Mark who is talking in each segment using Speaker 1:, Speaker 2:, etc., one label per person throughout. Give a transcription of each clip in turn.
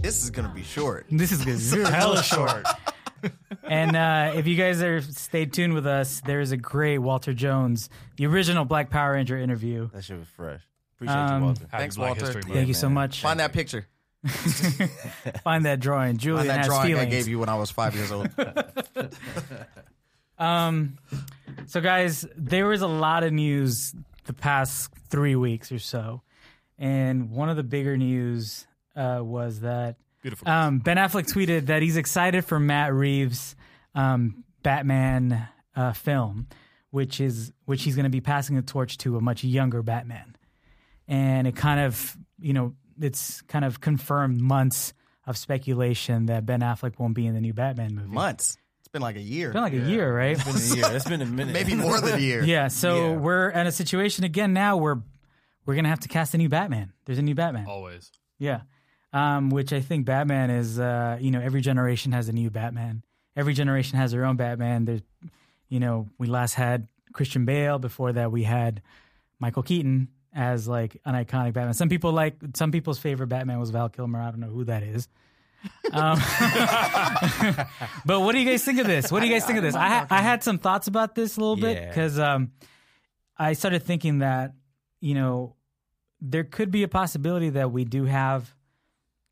Speaker 1: This is gonna be short.
Speaker 2: This is good. This is hella short. and uh, if you guys are stay tuned with us, there is a great Walter Jones, the original Black Power Ranger interview.
Speaker 3: That shit was fresh. Appreciate
Speaker 2: Um,
Speaker 3: you, Walter.
Speaker 1: Thanks,
Speaker 4: Black
Speaker 1: Walter.
Speaker 4: History
Speaker 1: Thank
Speaker 4: Month.
Speaker 2: Thank you so much.
Speaker 1: Find that picture.
Speaker 2: Find that drawing. Julian
Speaker 1: Find that
Speaker 2: has
Speaker 1: drawing
Speaker 2: feelings.
Speaker 1: I gave you when I was five years old.
Speaker 2: Um, so guys, there was a lot of news the past three weeks or so, and one of the bigger news uh, was that
Speaker 4: Beautiful.
Speaker 2: um, Ben Affleck tweeted that he's excited for Matt Reeves' um, Batman uh, film, which is which he's going to be passing the torch to a much younger Batman, and it kind of you know it's kind of confirmed months of speculation that Ben Affleck won't be in the new Batman movie.
Speaker 1: Months. It's been like a year.
Speaker 2: Been like a year, right?
Speaker 3: It's been a year. It's been a minute.
Speaker 1: Maybe more than a year.
Speaker 2: Yeah, so
Speaker 3: Yeah.
Speaker 2: we're in a situation again now where we're gonna have to cast a new Batman. There's a new Batman.
Speaker 4: Always.
Speaker 2: Yeah, um, which I think Batman is. Uh, you know, every generation has a new Batman. Every generation has their own Batman. There's, you know, we last had Christian Bale. Before that, we had Michael Keaton as like an iconic Batman. Some people like some people's favorite Batman was Val Kilmer. I don't know who that is. Um, but what do you guys think of this? What do you guys think of this? I ha- I had some thoughts about this a little bit
Speaker 3: Yeah.
Speaker 2: because um, I started thinking that you know there could be a possibility that we do have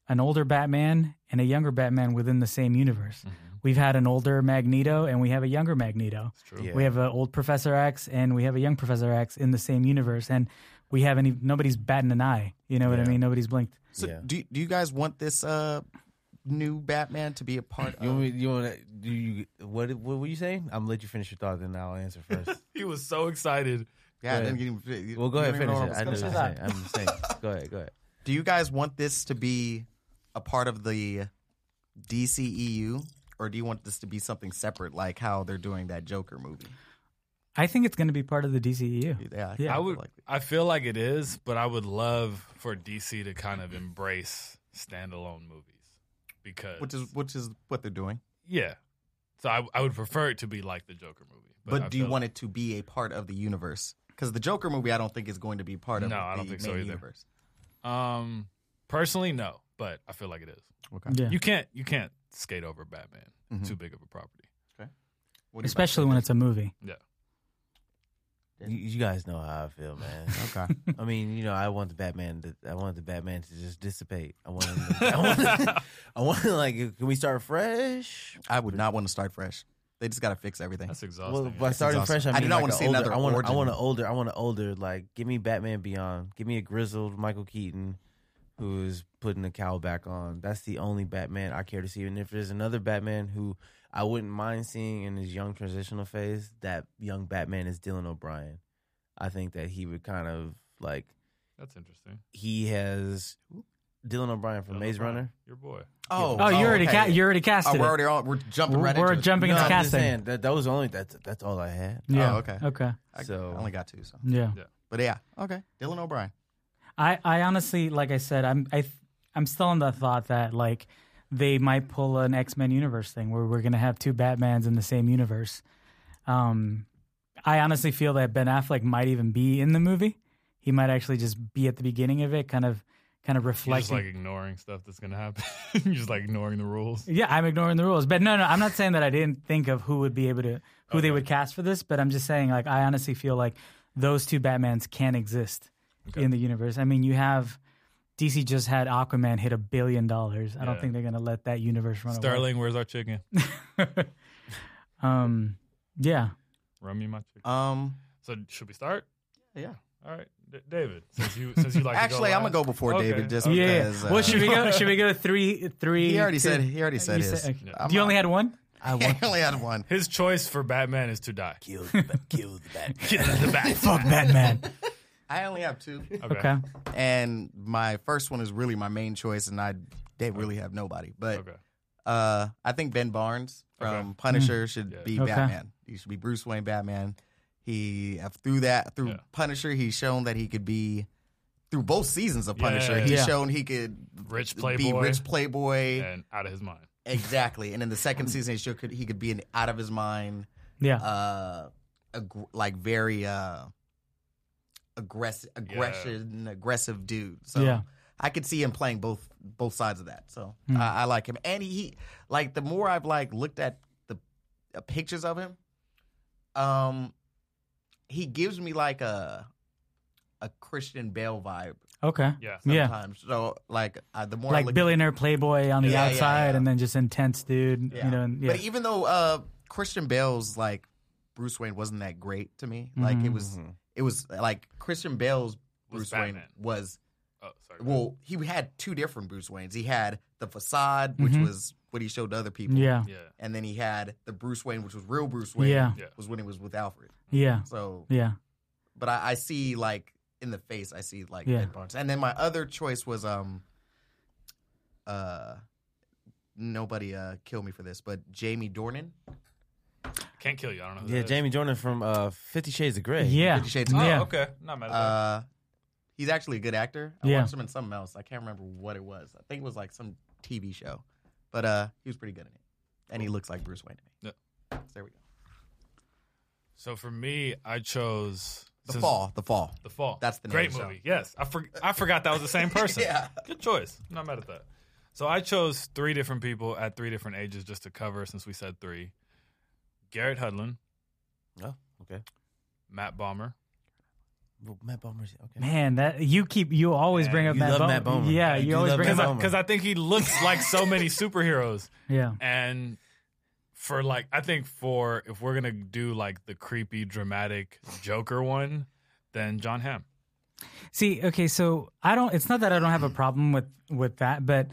Speaker 2: an older Batman and a younger Batman within the same universe. We've had an older Magneto and we have a younger Magneto.
Speaker 4: It's true.
Speaker 3: Yeah.
Speaker 2: We have an old Professor X and we have a young Professor X in the same universe, and we haven't even nobody's batting an eye. You know what I
Speaker 3: Yeah.
Speaker 2: mean? Nobody's blinked.
Speaker 1: So
Speaker 3: Yeah.
Speaker 1: do do you guys want this uh new Batman to be a part
Speaker 3: You
Speaker 1: of?
Speaker 3: want me, you want to do you what what were you saying? I'm gonna let you finish your thought, then I'll answer first.
Speaker 4: He was so excited.
Speaker 1: Yeah, I
Speaker 3: Go
Speaker 1: didn't get even-
Speaker 3: well, go
Speaker 1: you
Speaker 3: ahead,
Speaker 1: don't even know
Speaker 3: finish
Speaker 1: what
Speaker 3: it.
Speaker 1: was
Speaker 3: I
Speaker 1: gonna
Speaker 3: know what
Speaker 1: say.
Speaker 3: you're saying. I'm just saying. Go ahead, go ahead.
Speaker 1: Do you guys want this to be a part of the DCEU or do you want this to be something separate like how they're doing that Joker movie?
Speaker 2: I think it's going to be part of the E DCEU.
Speaker 1: Yeah,
Speaker 2: Yeah.
Speaker 4: I
Speaker 1: feel
Speaker 4: would.
Speaker 1: like
Speaker 4: I feel like it is, but I would love for DC to kind of embrace standalone movies because
Speaker 1: which is which is what they're doing.
Speaker 4: yeah. So I, I would prefer it to be like the Joker movie.
Speaker 1: But,
Speaker 4: I
Speaker 1: do you
Speaker 4: feel-
Speaker 1: want it to be a part of the universe? Because the Joker movie, I don't think is going to be part of
Speaker 4: No,
Speaker 1: the
Speaker 4: I don't think so
Speaker 1: main
Speaker 4: either.
Speaker 1: universe.
Speaker 4: Um, personally, no, but I feel like it is.
Speaker 1: Okay.
Speaker 2: Yeah,
Speaker 4: You can't you can't skate over Batman.
Speaker 1: Mhm.
Speaker 4: Too big of a property.
Speaker 1: What do you guys
Speaker 2: especially
Speaker 1: think?
Speaker 2: when it's a movie.
Speaker 3: You, you guys know how I feel, man.
Speaker 1: okay.
Speaker 3: I mean, you know, I want the Batman. To, I want the Batman to just dissipate. I want. Him to, I want. I want. Like, can we start fresh?
Speaker 1: I would not want to start fresh. They just got to fix everything.
Speaker 4: That's exhausting.
Speaker 3: Well, by starting
Speaker 1: exhausting.
Speaker 3: fresh, I,
Speaker 1: I do
Speaker 3: mean,
Speaker 1: not
Speaker 3: like
Speaker 1: wanna
Speaker 3: an
Speaker 1: see
Speaker 3: older,
Speaker 1: another
Speaker 3: I want. I
Speaker 1: origin.
Speaker 3: want an older. I want an older. Like, give me Batman Beyond. Give me a grizzled Michael Keaton, who is putting the cowl back on. That's the only Batman I care to see. And if there's another Batman who I wouldn't mind seeing in his young transitional phase, that young Batman is Dylan O'Brien. I think that he would kind of like
Speaker 4: That's interesting.
Speaker 3: he has Dylan O'Brien from
Speaker 4: Dylan
Speaker 3: Maze
Speaker 4: O'Brien,
Speaker 3: Runner.
Speaker 4: Your boy.
Speaker 1: Oh,
Speaker 2: Oh, you already
Speaker 1: okay.
Speaker 2: ca- you already
Speaker 1: Oh,
Speaker 2: casted
Speaker 1: we're
Speaker 2: it.
Speaker 1: already on. We're jumping
Speaker 2: We're-
Speaker 1: right
Speaker 2: we're
Speaker 1: into it.
Speaker 2: jumping
Speaker 3: No,
Speaker 2: into
Speaker 3: I'm just
Speaker 2: casting.
Speaker 3: saying, that, that was only that's that's all I had.
Speaker 2: Yeah.
Speaker 1: Oh, okay.
Speaker 2: Okay.
Speaker 1: I,
Speaker 3: So-
Speaker 1: I only got two, so.
Speaker 2: Yeah.
Speaker 1: But yeah, okay. Dylan O'Brien.
Speaker 2: I, I honestly, like I said, I'm I, th- I'm still on the thought that like they might pull an X Men universe thing where we're gonna have two Batmans in the same universe. Um, I honestly feel that Ben Affleck might even be in the movie. He might actually just be at the beginning of it, kind of kind of
Speaker 4: You're just
Speaker 2: reflecting.
Speaker 4: like ignoring stuff that's gonna happen. You're just like ignoring the rules.
Speaker 2: yeah, I'm ignoring the rules, but no, no, I'm not saying that I didn't think of who would be able to who they would cast for this, but I'm just saying like I honestly feel like those two Batmans can exist
Speaker 4: Okay.
Speaker 2: in the universe. I mean, you have DC just had Aquaman hit a billion dollars. I don't
Speaker 4: Yeah.
Speaker 2: think they're gonna let that universe run
Speaker 4: Sterling, where's our chicken?
Speaker 2: away. um, yeah,
Speaker 4: Run me my chicken.
Speaker 1: Um,
Speaker 4: So should we start?
Speaker 1: yeah.
Speaker 4: All right, D- David. Since you since you like
Speaker 1: Actually,
Speaker 4: to go
Speaker 1: I'm gonna
Speaker 4: last.
Speaker 1: go before
Speaker 4: Okay.
Speaker 1: David just
Speaker 4: Okay.
Speaker 2: yeah.
Speaker 1: because. Uh,
Speaker 2: well, should we go? Should we go three? Three?
Speaker 1: He already
Speaker 2: two?
Speaker 1: said. He already said
Speaker 2: You
Speaker 1: his.
Speaker 2: said- okay.
Speaker 4: Yeah.
Speaker 1: I'm
Speaker 2: You only
Speaker 1: not-
Speaker 2: had one.
Speaker 3: I
Speaker 1: I
Speaker 3: want
Speaker 1: only had one.
Speaker 4: His choice for Batman is to die.
Speaker 3: kill the, Ba- kill the Batman.
Speaker 4: Get in the back.
Speaker 2: Fuck Batman.
Speaker 1: I only have two.
Speaker 4: Okay.
Speaker 2: okay.
Speaker 1: And my first one is really my main choice, and I they really have nobody. But
Speaker 4: Okay.
Speaker 1: uh, I think Ben Barnes from
Speaker 4: Okay.
Speaker 1: Punisher should
Speaker 4: Yeah.
Speaker 1: be
Speaker 2: Okay.
Speaker 1: Batman. He should be Bruce Wayne Batman. He uh, through that through
Speaker 4: Yeah.
Speaker 1: Punisher, he's shown that he could be through both seasons of Punisher.
Speaker 4: Yeah.
Speaker 1: He's
Speaker 2: Yeah.
Speaker 1: shown he could
Speaker 4: Rich
Speaker 1: be
Speaker 4: playboy.
Speaker 1: rich playboy.
Speaker 4: And out of his mind.
Speaker 1: Exactly. And in the second season, he should- could he could be an out of his mind,
Speaker 2: Yeah.
Speaker 1: uh, ag- like very uh, aggressive, aggression, aggressive dude. So
Speaker 2: Yeah. Hmm.
Speaker 1: I could see him playing both both sides of that. So I, I like him, and he like the more I've like looked at the uh, pictures of him, um, he gives me like a a Christian Bale vibe
Speaker 2: Okay.
Speaker 4: Yeah.
Speaker 2: Yeah.
Speaker 1: sometimes. So like uh, the more I
Speaker 2: Like
Speaker 1: look
Speaker 2: billionaire playboy on the
Speaker 1: Yeah, yeah,
Speaker 2: outside,
Speaker 1: yeah.
Speaker 2: and then just intense dude. You know. And, yeah.
Speaker 1: But even though uh, Christian Bale's like Bruce Wayne wasn't that great to me, like it was,
Speaker 3: Mhm.
Speaker 1: it was uh, like Christian Bale's
Speaker 4: Was
Speaker 1: Bruce Wayne
Speaker 4: Batman.
Speaker 1: was
Speaker 4: Oh, sorry.
Speaker 1: well, he had two different Bruce Waynes. He had the facade, which
Speaker 2: Mhm.
Speaker 1: was what he showed to other people,
Speaker 2: yeah.
Speaker 4: yeah.
Speaker 1: and then he had the Bruce Wayne, which was real Bruce Wayne,
Speaker 2: Yeah.
Speaker 4: Yeah.
Speaker 1: was when he was with Alfred.
Speaker 2: Yeah.
Speaker 1: So,
Speaker 2: Yeah.
Speaker 1: but I, I see like in the face, I see like
Speaker 2: Yeah.
Speaker 1: Ed Barnes, and then my other choice was um, uh, nobody uh kill me for this, but Jamie Dornan.
Speaker 4: Can't kill you. I don't know. Who
Speaker 3: Yeah,
Speaker 4: that is.
Speaker 3: Jamie Jordan from uh, Fifty Shades of Grey.
Speaker 2: Yeah.
Speaker 1: Fifty Shades of
Speaker 4: Oh,
Speaker 2: Yeah.
Speaker 4: okay. Not mad at that.
Speaker 1: Uh, he's actually a good actor. I
Speaker 2: Yeah.
Speaker 1: watched him in something else. I can't remember what it was. I think it was like some TV show, but uh, he was pretty good in it, and he looks like Bruce Wayne to me. So there we go.
Speaker 4: so for me, I chose
Speaker 1: The
Speaker 4: since-
Speaker 1: Fall. The Fall.
Speaker 4: The Fall.
Speaker 1: That's the name
Speaker 4: great
Speaker 1: of the
Speaker 4: movie. Yes, I for, I forgot that was the same person.
Speaker 1: Yeah.
Speaker 4: good choice. I'm not mad at that. So I chose three different people at three different ages just to cover since we said three. Garrett Hudlin,
Speaker 3: Oh, okay.
Speaker 4: Matt Bomber,
Speaker 3: Well, Matt Bomer's okay.
Speaker 2: Man, that you keep you always
Speaker 4: Yeah,
Speaker 2: bring up
Speaker 3: you
Speaker 2: Matt
Speaker 3: love
Speaker 2: Bom-
Speaker 3: Matt Bomer.
Speaker 2: Yeah,
Speaker 3: I
Speaker 2: you
Speaker 3: do
Speaker 2: always
Speaker 3: love
Speaker 2: bring
Speaker 3: Matt
Speaker 2: him up.
Speaker 3: Bomber.
Speaker 4: because I think he looks like so many superheroes.
Speaker 2: Yeah,
Speaker 4: And for like, I think for if we're gonna do like the creepy, dramatic Joker one, then John Hamm.
Speaker 2: See, okay, so I don't. It's not that I don't have a problem with with that, but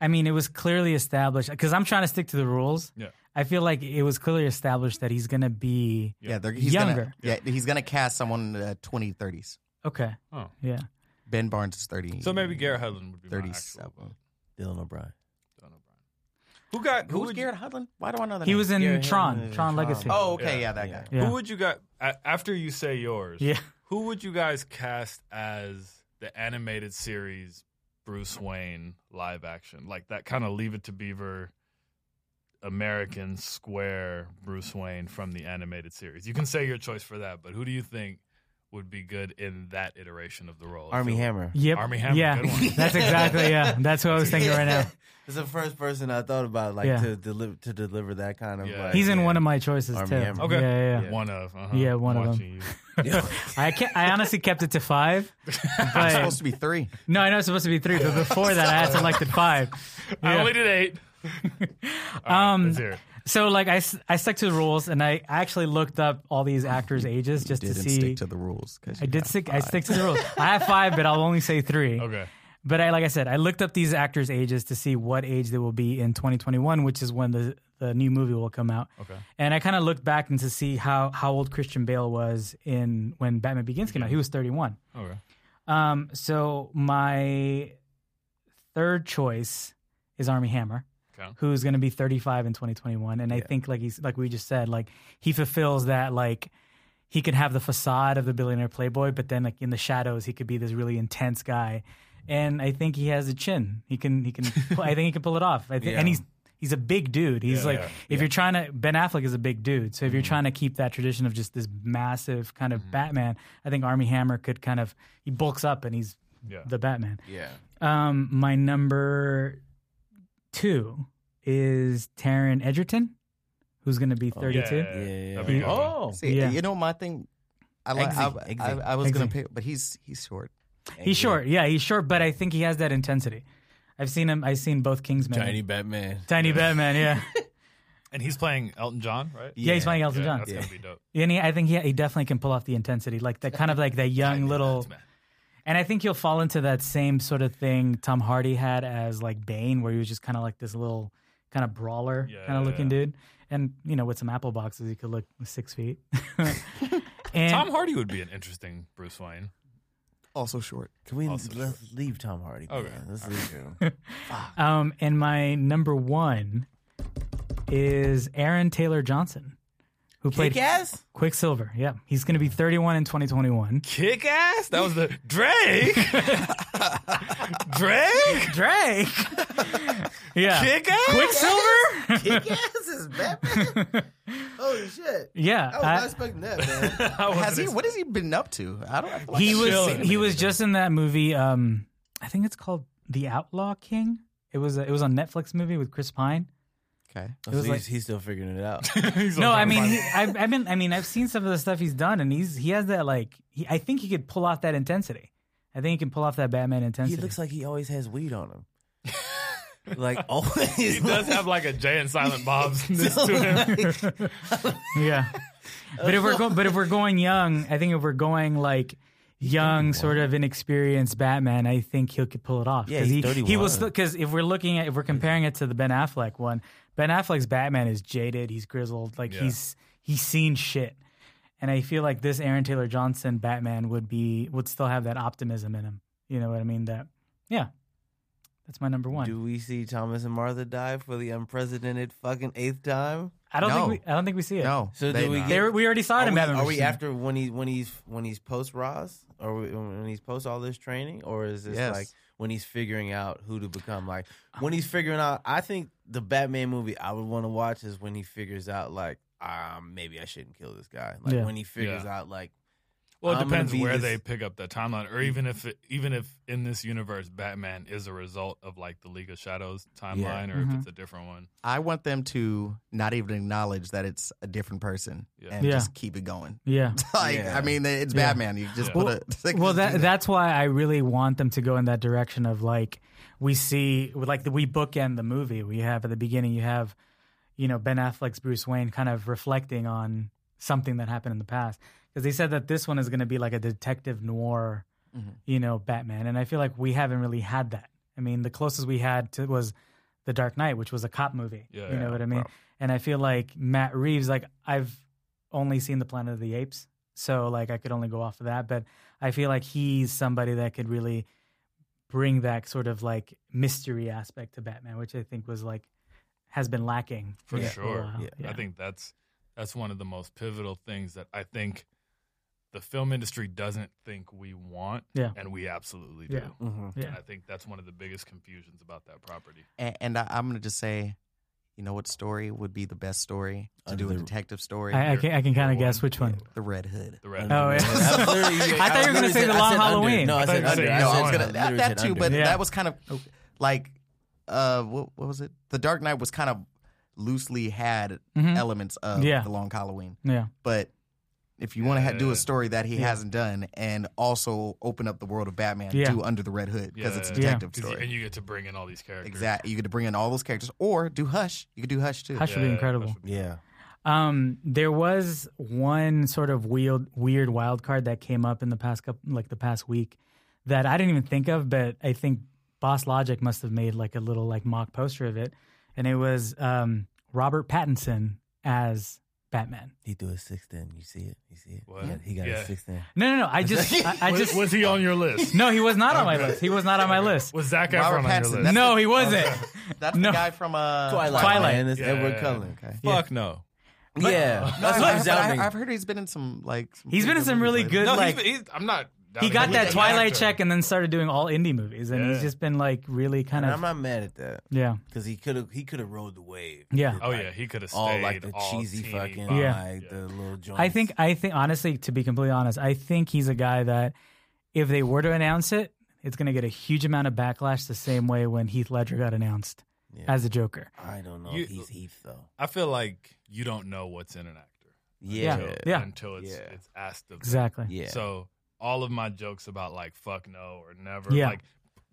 Speaker 2: I mean, it was clearly established because I'm trying to stick to the rules.
Speaker 4: Yeah.
Speaker 2: I feel like it was clearly established that he's gonna be
Speaker 1: Yeah, they're, he's
Speaker 2: Younger.
Speaker 1: Gonna, yeah, he's gonna cast someone in the twenty thirties.
Speaker 2: okay.
Speaker 4: Oh.
Speaker 2: Yeah,
Speaker 1: Ben Barnes is thirty.
Speaker 4: So maybe Garrett Hudlin would be my actual
Speaker 1: 37.
Speaker 4: vote.
Speaker 3: Dylan O'Brien.
Speaker 4: John O'Brien. Who got who
Speaker 1: Who's
Speaker 4: would you-
Speaker 1: Garrett Hudlin? Why do I know that?
Speaker 2: he
Speaker 1: name?
Speaker 2: was in
Speaker 3: Gary
Speaker 2: Tron,
Speaker 3: Oldman is
Speaker 2: Tron
Speaker 3: Tron.
Speaker 2: Legacy.
Speaker 1: Oh, okay,
Speaker 3: Yeah.
Speaker 1: yeah, that
Speaker 3: Yeah.
Speaker 1: guy.
Speaker 2: yeah,
Speaker 4: Who would you got a- after you say yours?
Speaker 2: yeah.
Speaker 4: Who would you guys cast as the animated series Bruce Wayne live action? Like that kind of Leave It to Beaver American Square Bruce Wayne from the animated series. You can say your choice for that, but who do you think would be good in that iteration of the role?
Speaker 3: Army
Speaker 4: If it-
Speaker 3: Hammer.
Speaker 2: Yep.
Speaker 4: Armie Hammer,
Speaker 2: Yeah,
Speaker 4: good one.
Speaker 2: that's exactly. Yeah, that's what I was thinking right now.
Speaker 3: It's the first person I thought about, like
Speaker 2: Yeah.
Speaker 3: to deliver to deliver that kind of.
Speaker 4: Yeah.
Speaker 3: Like,
Speaker 2: He's in
Speaker 3: yeah.
Speaker 2: one of my choices
Speaker 3: Armie
Speaker 2: too.
Speaker 3: Hammer.
Speaker 4: Okay.
Speaker 2: Yeah, yeah. yeah.
Speaker 4: One of uh
Speaker 2: Yeah, one of them. I kept, I honestly kept it to five.
Speaker 1: It's
Speaker 2: But
Speaker 1: supposed to be three.
Speaker 2: No, I know it's supposed to be three, but before that, I had selected five.
Speaker 4: I
Speaker 2: Yeah.
Speaker 4: only did eight.
Speaker 2: Um,
Speaker 4: Let's hear it.
Speaker 2: so like I, s- I stuck to the rules, and I actually looked up all these actors' ages just to
Speaker 1: Didn't
Speaker 2: see.
Speaker 1: stick to the rules. 'cause
Speaker 2: I
Speaker 1: you
Speaker 2: did
Speaker 1: got
Speaker 2: stick. I
Speaker 1: five.
Speaker 2: stick to the rules. I have five, but I'll only say three.
Speaker 4: Okay.
Speaker 2: But I, like I said, I looked up these actors' ages to see what age they will be in 2021, which is when the the new movie will come out.
Speaker 4: Okay.
Speaker 2: And I kind of looked back and to see how how old Christian Bale was in when Batman Begins came out. He was 31.
Speaker 4: Okay.
Speaker 2: Um, so my third choice is Army Hammer,
Speaker 4: Okay.
Speaker 2: who's going to be 35 in 2021, and I think like he's like we just said, like he fulfills that like he can have the facade of the billionaire playboy, but then like in the shadows he could be this really intense guy, and I think he has a chin. He can he can I think he can pull it off. I think, and he's. He's a big dude. He's
Speaker 4: Yeah. Mm-hmm.
Speaker 2: like,
Speaker 4: Yeah.
Speaker 2: if you're trying to, Ben Affleck is a big dude. So if you're trying to keep that tradition of just this massive kind of
Speaker 4: Mm-hmm.
Speaker 2: Batman, I think Army Hammer could kind of, he bulks up and he's
Speaker 4: Yeah.
Speaker 2: the Batman.
Speaker 3: Yeah.
Speaker 2: Um, my number two is Taryn Edgerton, who's going to be 32.
Speaker 4: Oh, Yeah.
Speaker 3: Yeah.
Speaker 4: That'd be a good one.
Speaker 3: Oh.
Speaker 1: See,
Speaker 2: Yeah.
Speaker 1: you know my thing. I like.
Speaker 3: Eggsy,
Speaker 1: I, I,
Speaker 3: eggsy,
Speaker 1: I was gonna
Speaker 2: eggsy.
Speaker 1: pick, but he's he's short.
Speaker 2: He's short. Yeah, he's short, but I think he has that intensity. I've seen him. I've seen both Kingsmen.
Speaker 3: Tiny Batman.
Speaker 2: Tiny Batman, yeah. yeah.
Speaker 4: And he's playing Elton John, right?
Speaker 2: he's playing Elton
Speaker 4: Yeah,
Speaker 2: John.
Speaker 4: That's
Speaker 3: Yeah.
Speaker 4: gonna be dope.
Speaker 2: And he, I think he, he definitely can pull off the intensity, like that kind of like that young little. And I think he'll fall into that same sort of thing Tom Hardy had as like Bane, where he was just kind of like this little kind of brawler
Speaker 4: Yeah,
Speaker 2: kind of looking
Speaker 4: yeah.
Speaker 2: dude. And you know, with some apple boxes, he could look six feet. and
Speaker 4: Tom Hardy would be an interesting Bruce Wayne.
Speaker 1: Also short.
Speaker 3: Can we
Speaker 4: Also
Speaker 3: let's leave Tom Hardy?
Speaker 4: Okay.
Speaker 3: man. Let's leave him.
Speaker 2: um, and my number one is Aaron Taylor Johnson, who played
Speaker 3: Kick ass.
Speaker 2: Quicksilver. Yeah, he's going to be 31 in 2021.
Speaker 4: Kick ass? That was the Drake. Drake?
Speaker 2: Drake. yeah.
Speaker 4: Kick ass?
Speaker 2: Quicksilver.
Speaker 5: Kick ass is Batman. Holy shit!
Speaker 2: yeah.
Speaker 5: I
Speaker 1: Oh,
Speaker 5: was
Speaker 2: I-
Speaker 5: not expecting that, man.
Speaker 4: I wasn't
Speaker 1: Has he?
Speaker 4: expecting-
Speaker 1: What has he been up to? I don't. I feel like
Speaker 2: he
Speaker 1: I've
Speaker 2: was
Speaker 1: seen him
Speaker 2: he
Speaker 1: in
Speaker 2: was
Speaker 1: anything.
Speaker 2: just in that movie um i think it's called The Outlaw King. It was a, it was on Netflix movie with Chris Pine.
Speaker 1: Okay.
Speaker 3: Oh,
Speaker 2: It
Speaker 3: so
Speaker 2: was
Speaker 3: he's,
Speaker 2: like-
Speaker 3: he's still figuring it out.
Speaker 4: He's
Speaker 2: no,
Speaker 4: on
Speaker 2: I mean,
Speaker 4: Spotify.
Speaker 2: he, I've, I've been, I mean, I've seen some of the stuff he's done, and he's he has that like, he, I think he could pull off that intensity. I think he can pull off that Batman
Speaker 3: he
Speaker 2: intensity.
Speaker 3: looks like he always has weed on him. like always.
Speaker 4: he does have like a Jay and Silent Bob's ness to him.
Speaker 2: yeah. But if we're go- but if we're going young, I think if we're going like young, sort of inexperienced Batman, I think he could pull it off.
Speaker 3: Yeah,
Speaker 2: 'Cause
Speaker 3: he's
Speaker 2: he, he
Speaker 3: 31.
Speaker 2: was because if we're looking at if we're comparing it to the Ben Affleck one, Ben Affleck's Batman is jaded, he's grizzled, like
Speaker 4: Yeah.
Speaker 2: he's he's seen shit. And I feel like this Aaron Taylor Johnson Batman would be would still have that optimism in him. You know what I mean? That yeah. That's my number one.
Speaker 3: Do we see Thomas and Martha die for the unprecedented fucking eighth time?
Speaker 2: I don't
Speaker 1: No.
Speaker 2: think we I don't think we see it.
Speaker 1: No.
Speaker 3: So do
Speaker 1: they
Speaker 3: we
Speaker 1: not.
Speaker 3: get-
Speaker 2: There, we already saw it
Speaker 3: Are
Speaker 2: in
Speaker 3: we,
Speaker 2: Batman.
Speaker 3: are
Speaker 2: versus
Speaker 3: we
Speaker 2: Superman.
Speaker 3: after when he's when he's when he's post Ross or when he's post all this training or is this
Speaker 1: Yes.
Speaker 3: like when he's figuring out who to become? Like when he's figuring out, I think the Batman movie I would want to watch is when he figures out like um, maybe I shouldn't kill this guy. Like
Speaker 2: Yeah.
Speaker 3: when he figures out like
Speaker 4: Well, it
Speaker 3: I'm gonna
Speaker 4: depends
Speaker 3: be
Speaker 4: where
Speaker 3: this-
Speaker 4: they pick up that timeline, or even if it, even if in this universe Batman is a result of like the League of Shadows timeline, or if
Speaker 2: Mhm.
Speaker 4: it's a different one.
Speaker 1: I want them to not even acknowledge that it's a different person
Speaker 4: Yeah.
Speaker 1: and
Speaker 2: Yeah.
Speaker 1: just keep it going.
Speaker 2: Yeah.
Speaker 1: Like,
Speaker 3: Yeah.
Speaker 1: I mean, it's
Speaker 2: Yeah.
Speaker 1: Batman. You just
Speaker 4: Yeah.
Speaker 1: put
Speaker 2: Well-
Speaker 1: a. like,
Speaker 2: well
Speaker 1: just do
Speaker 2: that that's why i really want them to go in that direction of like we see like the, we bookend the movie we have at the beginning you have you know ben affleck's bruce wayne kind of reflecting on something that happened in the past because they said that this one is going to be like a detective noir
Speaker 1: Mhm.
Speaker 2: you know batman and i feel like we haven't really had that i mean the closest we had to was the dark knight which was a cop movie
Speaker 4: Yeah,
Speaker 2: you know
Speaker 4: yeah,
Speaker 2: what i mean
Speaker 4: wow.
Speaker 2: and i feel like matt reeves like i've only seen the planet of the apes so like i could only go off of that but I feel like he's somebody that could really bring that sort of like mystery aspect to Batman, which I think was like has been lacking
Speaker 4: For
Speaker 2: a
Speaker 4: sure.
Speaker 2: while.
Speaker 3: Yeah.
Speaker 4: I think that's that's one of the most pivotal things that I think the film industry doesn't think we want,
Speaker 2: Yeah.
Speaker 4: and we absolutely do.
Speaker 2: Yeah.
Speaker 4: And
Speaker 2: Yeah.
Speaker 4: I think that's one of the biggest confusions about that property.
Speaker 1: And, and I, I'm going to just say, you know what story would be the best story to
Speaker 3: Under
Speaker 1: do a
Speaker 3: the-
Speaker 1: detective story?
Speaker 2: I, I can I can kind of
Speaker 4: Number
Speaker 2: guess
Speaker 4: one.
Speaker 2: which one.
Speaker 1: the Red Hood.
Speaker 4: The red.
Speaker 2: Oh, yeah.
Speaker 3: I'm literally-
Speaker 2: I thought you were gonna
Speaker 3: literally
Speaker 2: say
Speaker 3: said-
Speaker 2: The
Speaker 3: I
Speaker 2: Long
Speaker 3: said under.
Speaker 2: Halloween.
Speaker 3: No,
Speaker 4: I
Speaker 3: I
Speaker 4: thought
Speaker 3: said
Speaker 4: you said
Speaker 3: under.
Speaker 4: yeah.
Speaker 3: I
Speaker 1: no, I
Speaker 3: said
Speaker 1: was
Speaker 4: one.
Speaker 1: gonna
Speaker 3: under. I
Speaker 1: that,
Speaker 3: literally
Speaker 1: that
Speaker 3: said
Speaker 1: too,
Speaker 3: under.
Speaker 1: but
Speaker 2: Yeah.
Speaker 1: that was kind of like uh, what, what was it? The Dark Knight was kind of loosely had
Speaker 2: Mhm.
Speaker 1: elements of
Speaker 2: Yeah.
Speaker 1: the Long Halloween,
Speaker 2: Yeah,
Speaker 1: but if you want to ha- do
Speaker 4: Yeah.
Speaker 1: a story that he
Speaker 2: Yeah.
Speaker 1: hasn't done and also open up the world of Batman,
Speaker 2: Yeah.
Speaker 1: do Under the Red Hood because it's a
Speaker 4: Yeah.
Speaker 2: Yeah.
Speaker 1: detective
Speaker 4: 'Cause you-
Speaker 1: story.
Speaker 4: and you get to bring in all these characters.
Speaker 1: Exactly. You could bring in all those characters, or do Hush. You could do Hush too.
Speaker 2: Hush would be incredible.
Speaker 4: Hush would be-
Speaker 3: Yeah.
Speaker 2: Um, there was one sort of weird, weird wild card that came up in the past couple, like the past week, that I didn't even think of, but I think Boss Logic must have made like a little like mock poster of it, and it was um, Robert Pattinson as Batman.
Speaker 3: He threw a sixth in. You see it? You see it?
Speaker 4: What?
Speaker 3: He got, he got
Speaker 4: Yeah.
Speaker 3: a sixth in.
Speaker 2: No, no, no. I just, I, I
Speaker 4: was,
Speaker 2: just.
Speaker 4: was he on your list?
Speaker 2: No, he was not on my list. He was not on my list.
Speaker 4: Was Zach
Speaker 1: Robert
Speaker 4: Efron on
Speaker 1: Pattinson,
Speaker 4: your list?
Speaker 1: that's-
Speaker 2: No, he wasn't.
Speaker 1: That's
Speaker 2: No.
Speaker 1: the guy from uh,
Speaker 2: Twilight.
Speaker 3: Man, it's
Speaker 4: Yeah,
Speaker 3: Edward
Speaker 4: yeah,
Speaker 3: Cullen.
Speaker 1: Okay.
Speaker 2: Yeah.
Speaker 4: Fuck no.
Speaker 2: But-
Speaker 3: yeah.
Speaker 1: No,
Speaker 3: That's
Speaker 1: I,
Speaker 3: what
Speaker 1: I,
Speaker 3: I'm
Speaker 1: but I,
Speaker 3: sounding.
Speaker 1: have heard he's been in some like. Some
Speaker 2: He's been in some really
Speaker 1: movies
Speaker 2: good-
Speaker 4: No,
Speaker 1: lately.
Speaker 2: like-
Speaker 4: he's, he's, I'm not.
Speaker 2: He
Speaker 4: doubting
Speaker 2: got
Speaker 4: him.
Speaker 2: that
Speaker 4: He's an
Speaker 2: Twilight
Speaker 4: actor.
Speaker 2: check and then started doing all indie movies, and he's
Speaker 4: Yeah.
Speaker 2: just been like really kind
Speaker 3: And I'm
Speaker 2: of
Speaker 3: not mad at that
Speaker 2: yeah.
Speaker 3: because he could have he could have rode the wave.
Speaker 2: Yeah.
Speaker 3: Did,
Speaker 4: Oh
Speaker 3: like,
Speaker 4: yeah, he could have stayed.
Speaker 3: all like the
Speaker 4: all
Speaker 3: cheesy
Speaker 4: teeny
Speaker 3: fucking
Speaker 4: bop.
Speaker 2: Yeah.
Speaker 3: like the little joints.
Speaker 2: I think I think honestly, to be completely honest, I think he's a guy that if they were to announce it, it's going to get a huge amount of backlash. The same way when Heath Ledger got announced
Speaker 3: Yeah.
Speaker 2: as the Joker.
Speaker 3: I don't know.
Speaker 4: You-
Speaker 3: if he's Heath though.
Speaker 4: I feel like you don't know what's in an actor.
Speaker 3: Yeah.
Speaker 4: Until,
Speaker 2: Yeah.
Speaker 4: Until it's
Speaker 3: Yeah.
Speaker 4: it's asked of them.
Speaker 2: Exactly.
Speaker 3: Yeah.
Speaker 4: So all of my jokes about like fuck no or never,
Speaker 2: Yeah.
Speaker 4: like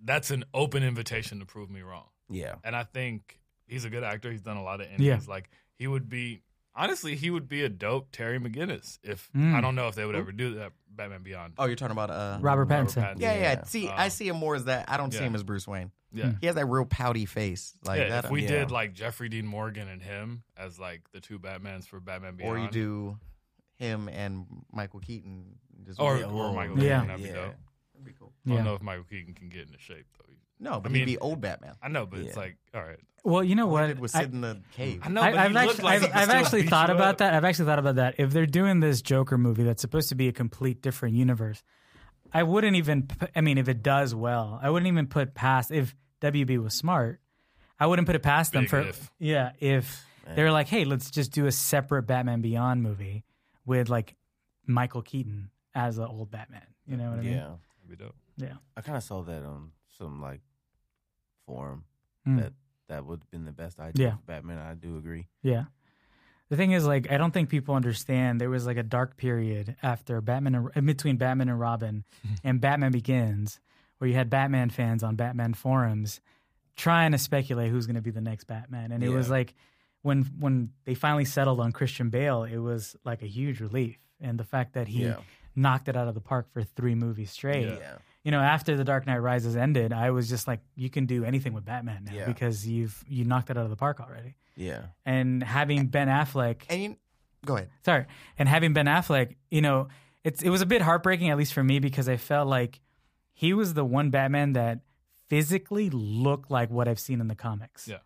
Speaker 4: that's an open invitation to prove me wrong.
Speaker 3: yeah.
Speaker 4: And I think he's a good actor. He's done a lot of indies.
Speaker 2: Yeah.
Speaker 4: Like he would be honestly, he would be a dope Terry McGinnis if
Speaker 2: Mm.
Speaker 4: I don't know if they would ever do that Batman Beyond.
Speaker 1: Oh, you're talking about uh.
Speaker 2: Robert
Speaker 3: Robert
Speaker 2: Pattinson.
Speaker 4: Pattinson.
Speaker 1: Yeah, yeah.
Speaker 3: Yeah.
Speaker 1: See,
Speaker 4: Oh.
Speaker 1: I see him more as that. I don't see
Speaker 4: Yeah.
Speaker 1: him as Bruce Wayne.
Speaker 4: Yeah.
Speaker 2: Mm.
Speaker 1: He has that real pouty face like
Speaker 4: yeah,
Speaker 1: that.
Speaker 4: if we
Speaker 3: yeah.
Speaker 4: did like Jeffrey Dean Morgan and him as like the two Batmans for Batman Beyond,
Speaker 1: or you do him and Michael Keaton. Just
Speaker 4: or,
Speaker 3: Yeah,
Speaker 4: or
Speaker 3: or-
Speaker 4: Michael Keaton,
Speaker 2: Yeah.
Speaker 4: that'd be
Speaker 3: Yeah.
Speaker 4: dope. I
Speaker 1: Oh,
Speaker 2: Yeah.
Speaker 4: don't know if Michael Keaton can get into shape though.
Speaker 1: no, but
Speaker 4: I mean-
Speaker 1: he'd be old Batman.
Speaker 4: I know, but it's
Speaker 3: Yeah.
Speaker 4: like, all right.
Speaker 2: Well, you know
Speaker 1: All he
Speaker 2: what?
Speaker 1: did was
Speaker 2: I-
Speaker 1: sit in the cave.
Speaker 4: I know, but
Speaker 2: I, I've
Speaker 4: he looked
Speaker 2: actually,
Speaker 4: like he
Speaker 2: I've,
Speaker 4: could
Speaker 2: I've
Speaker 4: still
Speaker 2: actually
Speaker 4: beat
Speaker 2: thought
Speaker 4: you
Speaker 2: about
Speaker 4: up.
Speaker 2: that. I've actually thought about that. If they're doing this Joker movie that's supposed to be a complete different universe, I wouldn't even. p- I mean, if it does well, I wouldn't even put past if WB was smart. I wouldn't put it past them
Speaker 4: Big
Speaker 2: for
Speaker 4: if.
Speaker 2: yeah. If they were like, hey, let's just do a separate Batman Beyond movie with like Michael Keaton as the old Batman. You know what I mean?
Speaker 3: Yeah.
Speaker 4: That'd be dope.
Speaker 3: I kind of saw that on some like form.
Speaker 2: Mm.
Speaker 3: That that would have been the best idea
Speaker 2: Yeah.
Speaker 3: for Batman. I do agree.
Speaker 2: Yeah. The thing is, like, I don't think people understand there was like a dark period after Batman, and, in between Batman and Robin and Batman Begins, where you had Batman fans on Batman forums trying to speculate who's going to be the next Batman. And it was
Speaker 3: Yeah.
Speaker 2: like when when they finally settled on Christian Bale, it was like a huge relief. And the fact that he
Speaker 3: Yeah.
Speaker 2: knocked it out of the park for three movies straight,
Speaker 4: Yeah.
Speaker 2: you know, after The Dark Knight Rises ended, I was just like, you can do anything with Batman now
Speaker 3: Yeah.
Speaker 2: because you've you knocked it out of the park already
Speaker 3: Yeah.
Speaker 2: and having Ben Affleck,
Speaker 1: And you, go ahead.
Speaker 2: sorry, and having Ben Affleck, you know, it's it was a bit heartbreaking at least for me because I felt like he was the one Batman that physically looked like what I've seen in the comics.
Speaker 4: Yeah.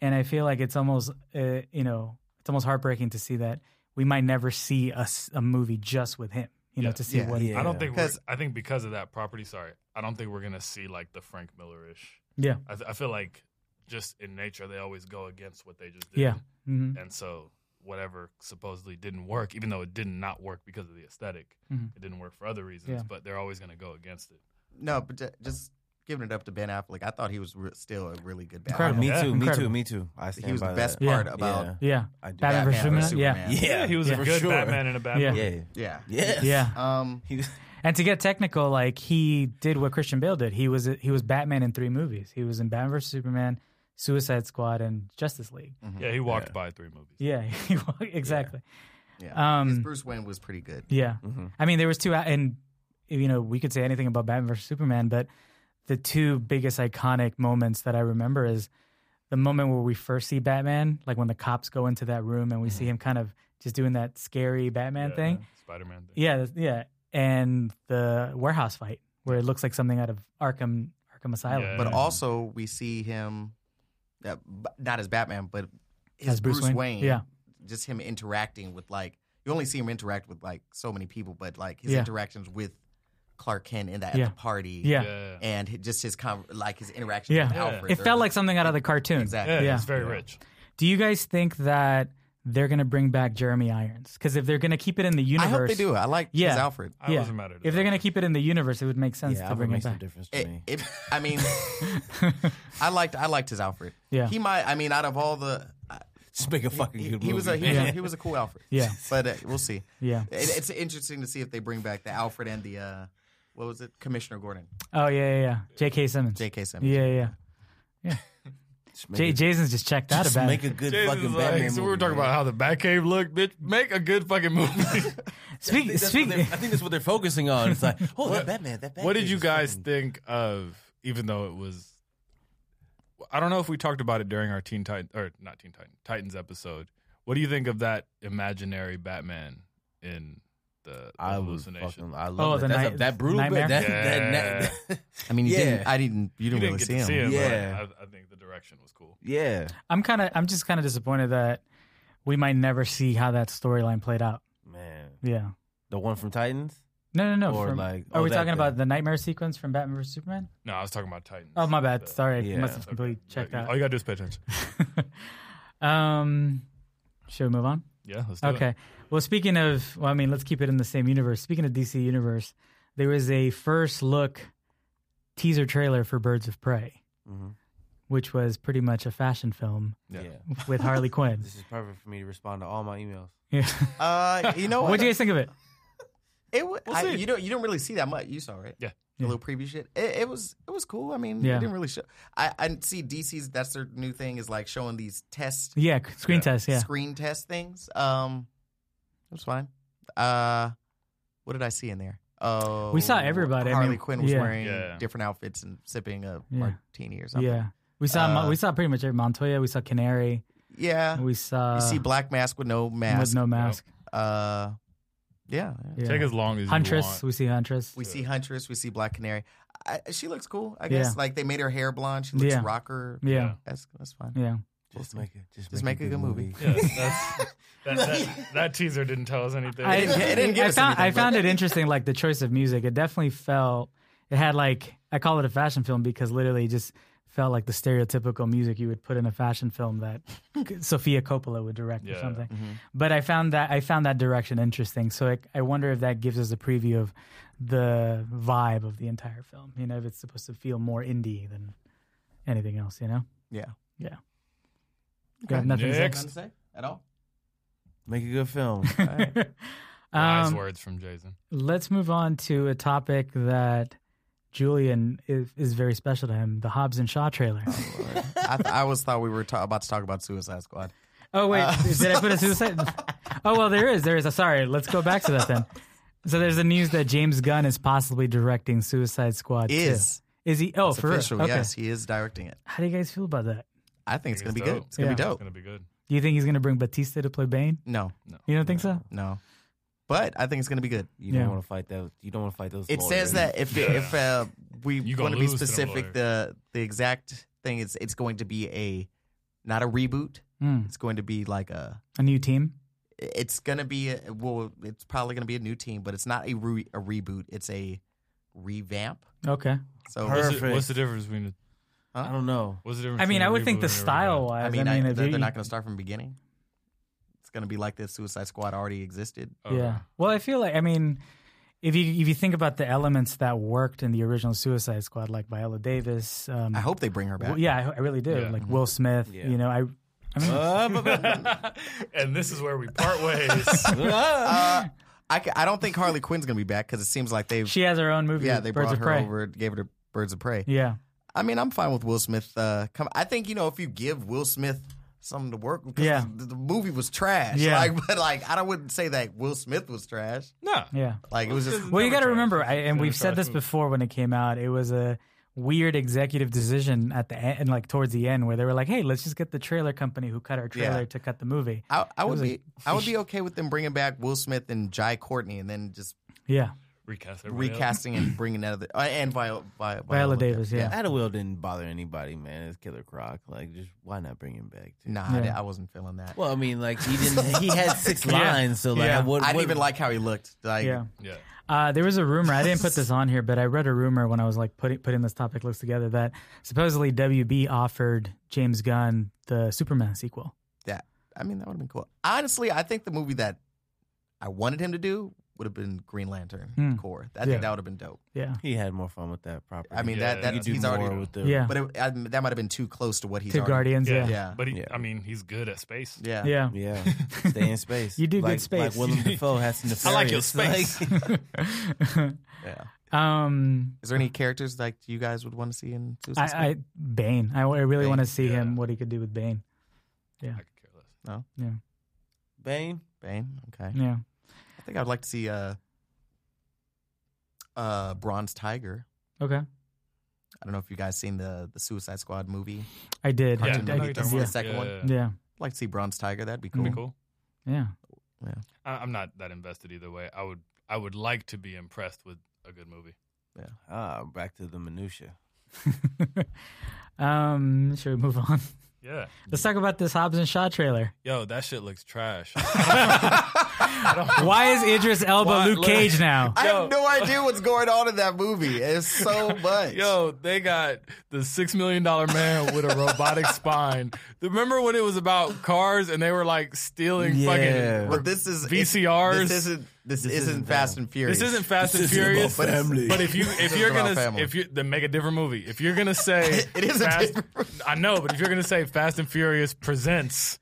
Speaker 2: And I feel like it's almost uh, you know, it's almost heartbreaking to see that we might never see a, s- a movie just with him, you know,
Speaker 4: Yeah.
Speaker 2: to see
Speaker 1: Yeah.
Speaker 2: what he
Speaker 3: Yeah.
Speaker 4: I don't think we're,
Speaker 1: 'Cause-
Speaker 4: I think because of that property. Sorry, I don't think we're gonna see like the Frank Miller-ish.
Speaker 2: Yeah.
Speaker 4: I, th- I feel like just in nature they always go against what they just did.
Speaker 2: Yeah. Mhm.
Speaker 4: and so whatever supposedly didn't work, even though it did not work because of the esthetic
Speaker 2: Mhm.
Speaker 4: it didn't work for other reasons.
Speaker 2: Yeah.
Speaker 4: But they're always gonna go against it.
Speaker 1: No, but ju- just giving it up to Ben Affleck. I thought he was re- still a really good
Speaker 2: Incredible.
Speaker 1: Batman.
Speaker 3: Me
Speaker 4: Yeah.
Speaker 3: too.
Speaker 2: Incredible.
Speaker 3: Me too. Me too. I stand
Speaker 1: He was
Speaker 3: by
Speaker 1: the best
Speaker 3: That.
Speaker 2: Yeah.
Speaker 1: part about
Speaker 3: yeah.
Speaker 2: Yeah.
Speaker 3: I do.
Speaker 2: Batman versus
Speaker 1: Batman
Speaker 2: Superman. Yeah.
Speaker 1: Superman.
Speaker 3: Yeah.
Speaker 4: he was
Speaker 2: Yeah.
Speaker 4: a
Speaker 3: For
Speaker 4: good
Speaker 3: sure.
Speaker 4: Batman and a bad
Speaker 2: Yeah.
Speaker 4: yeah.
Speaker 3: Yeah.
Speaker 1: Yeah.
Speaker 3: Yes.
Speaker 2: Yeah.
Speaker 1: Um,
Speaker 3: He mm-hmm. was.
Speaker 2: And to get technical, like he did what Christian Bale did. He was he was Batman in three movies. He was in Batman vs Superman, Suicide Squad, and Justice League.
Speaker 1: mm-hmm.
Speaker 4: Yeah, he walked
Speaker 3: Yeah.
Speaker 4: by three movies.
Speaker 2: Yeah, he wa- exactly.
Speaker 1: yeah.
Speaker 2: Um,
Speaker 1: His Bruce Wayne was pretty good.
Speaker 2: Yeah.
Speaker 3: Mhm.
Speaker 2: I mean, there was two, and you know, we could say anything about Batman vs Superman, but the two biggest iconic moments that I remember is the moment where we first see Batman, like when the cops go into that room and we see him kind of just doing that scary Batman
Speaker 4: Yeah,
Speaker 2: thing.
Speaker 4: Spider-Man thing.
Speaker 2: Yeah, that's- yeah, and the warehouse fight where it looks like something out of Arkham Arkham Asylum.
Speaker 4: Yeah.
Speaker 1: But also, we see him, uh, b- not as Batman, but his
Speaker 2: As Bruce
Speaker 1: Bruce,
Speaker 2: Wayne?
Speaker 1: Wayne.
Speaker 2: Yeah.
Speaker 1: Just him interacting with like you only see him interact with like so many people, but like his
Speaker 2: Yeah.
Speaker 1: interactions with Clark Kent in that
Speaker 2: Yeah.
Speaker 1: at the party.
Speaker 2: Yeah.
Speaker 1: And hi- just his con- like his interactions
Speaker 2: Yeah.
Speaker 1: with
Speaker 4: Yeah.
Speaker 1: Alfred.
Speaker 2: It
Speaker 1: They're
Speaker 2: felt like something out of the cartoon.
Speaker 1: exactly.
Speaker 4: Yeah,
Speaker 2: Yeah.
Speaker 4: it's very
Speaker 3: Yeah.
Speaker 4: rich.
Speaker 2: Do you guys think that they're going to bring back Jeremy Irons? Because if they're going to keep it in the
Speaker 1: I
Speaker 2: universe,
Speaker 1: hope they do. I like
Speaker 2: Yeah.
Speaker 1: his Alfred.
Speaker 4: I
Speaker 2: Yeah.
Speaker 4: wasn't mad at it.
Speaker 2: If they're going to keep it in the universe, it would make sense
Speaker 3: Yeah.
Speaker 2: to
Speaker 3: Alfred
Speaker 2: bring it
Speaker 3: makes no
Speaker 2: back.
Speaker 3: difference to
Speaker 1: It,
Speaker 3: me.
Speaker 1: it, I mean, I liked I liked his Alfred.
Speaker 2: Yeah.
Speaker 1: He might. I mean, out of all the, I-
Speaker 3: Just make a fucking
Speaker 1: he,
Speaker 3: good
Speaker 1: he was a
Speaker 3: movie.
Speaker 1: he, was
Speaker 2: Yeah.
Speaker 1: a he was a cool Alfred.
Speaker 2: Yeah.
Speaker 1: But uh, we'll see.
Speaker 2: Yeah.
Speaker 1: It, it's interesting to see if they bring back the Alfred and the uh, what was it, Commissioner Gordon,
Speaker 2: Oh yeah, yeah. yeah. J.K. Simmons.
Speaker 1: J.K. Simmons.
Speaker 2: Yeah, yeah.
Speaker 3: Just make
Speaker 2: J-
Speaker 3: a-
Speaker 2: Jason's just checked out
Speaker 3: just
Speaker 2: about
Speaker 3: make
Speaker 2: it.
Speaker 3: a good
Speaker 4: Jason's
Speaker 3: fucking
Speaker 4: like,
Speaker 3: Batman
Speaker 4: so
Speaker 3: movie.
Speaker 4: we were talking
Speaker 3: man.
Speaker 4: about how the Batcave looked, bitch. Make a good fucking movie.
Speaker 3: I
Speaker 2: Speak,
Speaker 3: think, that's what
Speaker 2: speak,
Speaker 3: they're- I think that's what they're focusing on. It's like, oh, that Batman, that Batman.
Speaker 4: what did you guys
Speaker 3: think?
Speaker 4: think of? Even though it was, I don't know if we talked about it during our Teen Titan or not Teen Titan Titans episode. What do you think of that imaginary Batman in the, the
Speaker 3: I was
Speaker 4: hallucination?
Speaker 3: fucking. I
Speaker 2: Oh,
Speaker 3: love
Speaker 2: the
Speaker 3: it. That's a-
Speaker 2: night-
Speaker 3: that brutal.
Speaker 2: nightmare?
Speaker 3: Nightmare? That,
Speaker 4: Yeah.
Speaker 3: that, that,
Speaker 1: I mean, you
Speaker 3: Yeah.
Speaker 1: didn't. I didn't. You
Speaker 4: You
Speaker 1: didn't,
Speaker 4: didn't
Speaker 1: really
Speaker 4: get
Speaker 1: see
Speaker 4: to
Speaker 1: him.
Speaker 4: see him. but
Speaker 3: Yeah.
Speaker 4: I, I think the direction was cool.
Speaker 3: yeah.
Speaker 2: I'm kind of, I'm just kind of disappointed that we might never see how that storyline played out.
Speaker 3: Man,
Speaker 2: Yeah.
Speaker 3: the one from Titans.
Speaker 2: No, no, no.
Speaker 3: Or
Speaker 2: from-
Speaker 3: like-
Speaker 2: are
Speaker 3: oh,
Speaker 2: we
Speaker 3: that
Speaker 2: talking
Speaker 3: thing.
Speaker 2: about the nightmare sequence from Batman vs Superman?
Speaker 4: No, I was talking about Titans.
Speaker 2: Oh, my bad.
Speaker 4: The-
Speaker 2: Sorry, I
Speaker 3: Yeah.
Speaker 2: must have
Speaker 4: Okay.
Speaker 2: completely checked
Speaker 4: All
Speaker 2: out.
Speaker 4: you gotta do is pay attention.
Speaker 2: um, should we move on?
Speaker 4: Yeah, let's do it.
Speaker 2: Okay. Well, speaking of, well, I mean, let's keep it in the same universe. Speaking of DC universe, there was a first look teaser trailer for Birds of Prey,
Speaker 3: Mhm.
Speaker 2: which was pretty much a fashion film
Speaker 3: Yeah.
Speaker 4: Yeah.
Speaker 2: with Harley Quinn.
Speaker 3: this is perfect for me to respond to all my emails.
Speaker 2: Yeah.
Speaker 1: Uh, you know
Speaker 2: what
Speaker 1: what?
Speaker 2: do you guys think of it?
Speaker 1: It wa-
Speaker 4: We'll
Speaker 1: I-
Speaker 4: see.
Speaker 1: you don't. You don't really see that much. You saw right?
Speaker 4: Yeah.
Speaker 2: Yeah.
Speaker 1: The little preview shit. It, it was. It was cool. I mean,
Speaker 2: Yeah.
Speaker 1: it didn't really show. I, I see DC's. That's their new thing is like showing these test
Speaker 2: Yeah, screen
Speaker 4: Yeah.
Speaker 2: test. Yeah.
Speaker 1: screen test things. Um, it was fine. Uh, what did I see in there? Oh,
Speaker 2: We saw everybody. I
Speaker 1: Harley
Speaker 2: mean,
Speaker 1: Quinn was
Speaker 2: yeah.
Speaker 1: wearing
Speaker 4: Yeah.
Speaker 1: different outfits and sipping a
Speaker 2: Yeah.
Speaker 1: martini or something.
Speaker 2: Yeah. We saw Mo-
Speaker 1: Uh,
Speaker 2: we saw pretty much every Montoya. We saw Canary.
Speaker 1: Yeah.
Speaker 2: We saw
Speaker 1: you see Black Mask with no mask.
Speaker 2: Uh, with no mask.
Speaker 1: Uh, yeah. yeah.
Speaker 2: Yeah.
Speaker 4: Take as long as you
Speaker 2: Huntress.
Speaker 4: want.
Speaker 2: We see Huntress.
Speaker 1: We
Speaker 4: Yeah.
Speaker 1: see Huntress. We see Black Canary. I, she looks cool, I guess.
Speaker 2: Yeah.
Speaker 1: Like they made her hair blonde. She looks
Speaker 2: Yeah.
Speaker 1: rocker.
Speaker 2: yeah.
Speaker 1: That's that's fine.
Speaker 2: Yeah.
Speaker 3: Just make it. Just,
Speaker 1: Just
Speaker 3: make, a good movie.
Speaker 4: Yeah, that's, that, that, that teaser didn't tell us anything.
Speaker 2: I,
Speaker 1: It didn't- it didn't give
Speaker 2: I
Speaker 1: us
Speaker 2: found,
Speaker 1: anything,
Speaker 2: I
Speaker 1: but-
Speaker 2: found it interesting, like the choice of music. It definitely felt, it had like, I call it a fashion film because literally it just felt like the stereotypical music you would put in a fashion film that Sophia Coppola would direct or
Speaker 4: Yeah.
Speaker 2: something.
Speaker 1: Mm-hmm.
Speaker 2: But I found that, I found that direction interesting. So I, I wonder if that gives us a preview of the vibe of the entire film. You know, if it's supposed to feel more indie than anything else, you know?
Speaker 1: Yeah.
Speaker 2: Yeah.
Speaker 1: Okay.
Speaker 2: Got nothing
Speaker 4: Next.
Speaker 1: Nothing to say at all?
Speaker 3: Make a good film.
Speaker 2: Zach?
Speaker 4: Wise
Speaker 2: Um,
Speaker 4: words from Jason.
Speaker 2: Let's move on to a topic that Julian is, is very special to him the Hobbs and Shaw trailer.
Speaker 1: Oh, I, th- I always thought we were ta- about to talk about Suicide Squad.
Speaker 2: Oh, wait.
Speaker 1: Uh,
Speaker 2: did I put a suicide? oh, well, there is. There is. Sorry. Let's go back to that then. So there's the news that James Gunn is possibly directing Suicide Squad.
Speaker 1: Is
Speaker 2: Two. Is he? Oh,
Speaker 1: it's
Speaker 2: for
Speaker 1: official?
Speaker 2: real? Okay.
Speaker 1: Yes, he is directing it.
Speaker 2: How do you guys feel about that?
Speaker 1: I think it's
Speaker 4: Think
Speaker 1: gonna be
Speaker 4: it's
Speaker 1: good.
Speaker 4: dope.
Speaker 1: It's gonna be
Speaker 2: Yeah.
Speaker 4: It's
Speaker 1: dope.
Speaker 4: gonna be good.
Speaker 2: Do you think he's going to bring Batista to play Bane?
Speaker 1: No,
Speaker 4: No.
Speaker 2: You don't think so?
Speaker 1: no, but I think it's gonna be good.
Speaker 3: You don't
Speaker 2: Yeah.
Speaker 3: want to fight that. You don't want to fight those.
Speaker 1: It says
Speaker 3: lawyers.
Speaker 1: that if
Speaker 4: Yeah.
Speaker 1: if uh, we
Speaker 4: You gonna
Speaker 1: want to be
Speaker 4: lose to them
Speaker 1: specific,
Speaker 4: lawyers.
Speaker 1: the the exact thing is it's going to be a not a reboot.
Speaker 2: Hmm.
Speaker 1: It's going to be like a
Speaker 2: A new team?
Speaker 1: it's gonna be a, well, it's probably gonna be a new team, but it's not a re- a reboot. It's a revamp.
Speaker 2: Okay.
Speaker 1: So
Speaker 4: What's the-
Speaker 3: Perfect.
Speaker 4: What's the difference between the,
Speaker 3: I don't know.
Speaker 4: what's the difference?
Speaker 2: I mean,
Speaker 4: between
Speaker 2: I
Speaker 4: a
Speaker 2: would think
Speaker 4: reboot
Speaker 2: the
Speaker 4: and a revamp?
Speaker 2: style wise.
Speaker 1: I mean, I
Speaker 2: if
Speaker 1: they're,
Speaker 2: you-
Speaker 1: they're not going to start from the beginning. It's going to be like the Suicide Squad already existed.
Speaker 4: Okay.
Speaker 2: Yeah. Well, I feel like I mean, if you if you think about the elements that worked in the original Suicide Squad, like Viola Davis, um,
Speaker 1: I hope they bring her back.
Speaker 2: well, yeah, I, ho- I really do.
Speaker 4: Yeah.
Speaker 2: Like Will Smith,
Speaker 3: Yeah.
Speaker 2: you know, I, I mean,
Speaker 1: Uh,
Speaker 4: Oh, and this is where we part ways.
Speaker 1: Uh, I, ca- I don't think Harley Quinn's going to be back because it seems like they've
Speaker 2: she has her own movie.
Speaker 1: yeah they
Speaker 2: Birds
Speaker 1: brought
Speaker 2: of
Speaker 1: her
Speaker 2: Prey.
Speaker 1: over, gave her to Birds of Prey.
Speaker 2: Yeah,
Speaker 1: I mean, I'm fine with Will Smith. Uh, come, I think you know if you give Will Smith something to work, 'cause
Speaker 2: Yeah.
Speaker 1: the, the movie was trash.
Speaker 2: Yeah.
Speaker 1: like, but like I don't- wouldn't say that Will Smith was trash.
Speaker 4: no.
Speaker 2: yeah.
Speaker 1: Like it was just
Speaker 2: Well,
Speaker 4: Never
Speaker 2: you got to
Speaker 4: trash.
Speaker 2: remember, I, and
Speaker 4: Never
Speaker 2: we've said
Speaker 4: trash
Speaker 2: this
Speaker 4: movie.
Speaker 2: before when it came out. It was a weird executive decision at the end, and like towards the end, where they were like, "Hey, let's just get the trailer company who cut our trailer
Speaker 1: Yeah.
Speaker 2: to cut the movie."
Speaker 1: I, I would
Speaker 2: was
Speaker 1: be I would be okay with them bringing back Will Smith and Jai Courtney and then just
Speaker 2: Yeah,
Speaker 4: Recast everybody else.
Speaker 1: recasting and bringing another uh, and Viola Viola,
Speaker 2: Viola Davis. Yeah.
Speaker 3: Adderall didn't bother anybody, man. It's Killer Croc. Like, just why not bring him back? Too?
Speaker 1: Nah,
Speaker 2: Yeah.
Speaker 1: I, di- I wasn't feeling that.
Speaker 3: Well, I mean, like he didn't. He had six
Speaker 2: Yeah.
Speaker 3: lines, so like,
Speaker 2: Yeah.
Speaker 3: what,
Speaker 1: I didn't
Speaker 3: what-
Speaker 1: even like how he looked. Like,
Speaker 2: yeah.
Speaker 4: Yeah.
Speaker 2: Uh, there was a rumor. I didn't put this on here, but I read a rumor when I was like putting putting this topic list together that supposedly WB offered James Gunn the Superman sequel.
Speaker 1: I mean, that would have been cool. Honestly, I think the movie that I wanted him to do would have been Green Lantern
Speaker 2: Hmm.
Speaker 1: Core. I
Speaker 2: Yeah.
Speaker 1: think that would have been dope.
Speaker 2: Yeah,
Speaker 3: He had more fun with that property.
Speaker 1: I mean,
Speaker 4: Yeah,
Speaker 1: that
Speaker 4: you
Speaker 1: that
Speaker 3: you do
Speaker 1: he's
Speaker 3: more
Speaker 1: already.
Speaker 3: with the.
Speaker 2: yeah.
Speaker 1: But it, I, that might have been too close to what he's
Speaker 2: Two
Speaker 1: already.
Speaker 2: Guardians. Yeah. Yeah.
Speaker 1: Yeah.
Speaker 4: But he,
Speaker 3: Yeah.
Speaker 4: I mean, he's good at space.
Speaker 1: Yeah.
Speaker 3: Yeah, stay in space.
Speaker 2: You do good
Speaker 3: like,
Speaker 2: space.
Speaker 3: Like Willem Dafoe has some.
Speaker 4: I like your
Speaker 3: nefarious,
Speaker 4: space.
Speaker 3: like-
Speaker 1: Yeah.
Speaker 2: um,
Speaker 1: Is there any characters like you guys would want to see in
Speaker 2: I,
Speaker 1: Suicide Squad?
Speaker 2: I Bane. I, I really
Speaker 1: Bane,
Speaker 2: want to see
Speaker 4: yeah.
Speaker 2: him what he could do with Bane.
Speaker 4: I could care less.
Speaker 3: Bane.
Speaker 1: Bane. Okay.
Speaker 2: Yeah.
Speaker 1: I think I'd like to see uh, uh, Bronze Tiger.
Speaker 2: Okay.
Speaker 1: I don't know if you guys seen the the Suicide Squad movie.
Speaker 2: I did.
Speaker 1: Yeah,
Speaker 2: I,
Speaker 1: Cartoon
Speaker 2: I-
Speaker 1: movie,
Speaker 2: yeah.
Speaker 1: don't
Speaker 2: yeah.
Speaker 1: worry. second one.
Speaker 4: Yeah.
Speaker 2: Yeah.
Speaker 1: I'd like to see Bronze Tiger. That'd be cool.
Speaker 4: That'd be cool.
Speaker 2: Yeah.
Speaker 4: I, I'm not that invested either way. I would I would like to be impressed with a good movie.
Speaker 3: Ah, back to the minutia.
Speaker 2: um, should we move on?
Speaker 4: Yeah.
Speaker 2: Let's talk about this Hobbs and Shaw trailer.
Speaker 4: Yo, that shit looks trash.
Speaker 2: Why is Idris Elba
Speaker 4: Why-
Speaker 2: Luke
Speaker 4: look-
Speaker 2: Cage now?
Speaker 1: I have no idea what's going on in that movie. It's so much.
Speaker 4: Yo, they got the six million dollar man with a robotic spine. Remember when it was about cars and they were like stealing
Speaker 3: Yeah.
Speaker 4: fucking
Speaker 1: but this is
Speaker 4: VCRs?
Speaker 1: This isn't this,
Speaker 3: This
Speaker 1: isn't,
Speaker 3: isn't
Speaker 1: Fast
Speaker 3: them.
Speaker 1: and Furious.
Speaker 4: This isn't Fast and
Speaker 3: This isn't about
Speaker 4: Furious,
Speaker 3: family.
Speaker 4: but if you if
Speaker 1: This
Speaker 4: you're
Speaker 1: is about
Speaker 4: gonna
Speaker 1: family.
Speaker 4: if you then make a different movie, if you're gonna say
Speaker 1: It is a
Speaker 4: Fast,
Speaker 1: different-
Speaker 4: I know, but if you're gonna say Fast and Furious presents,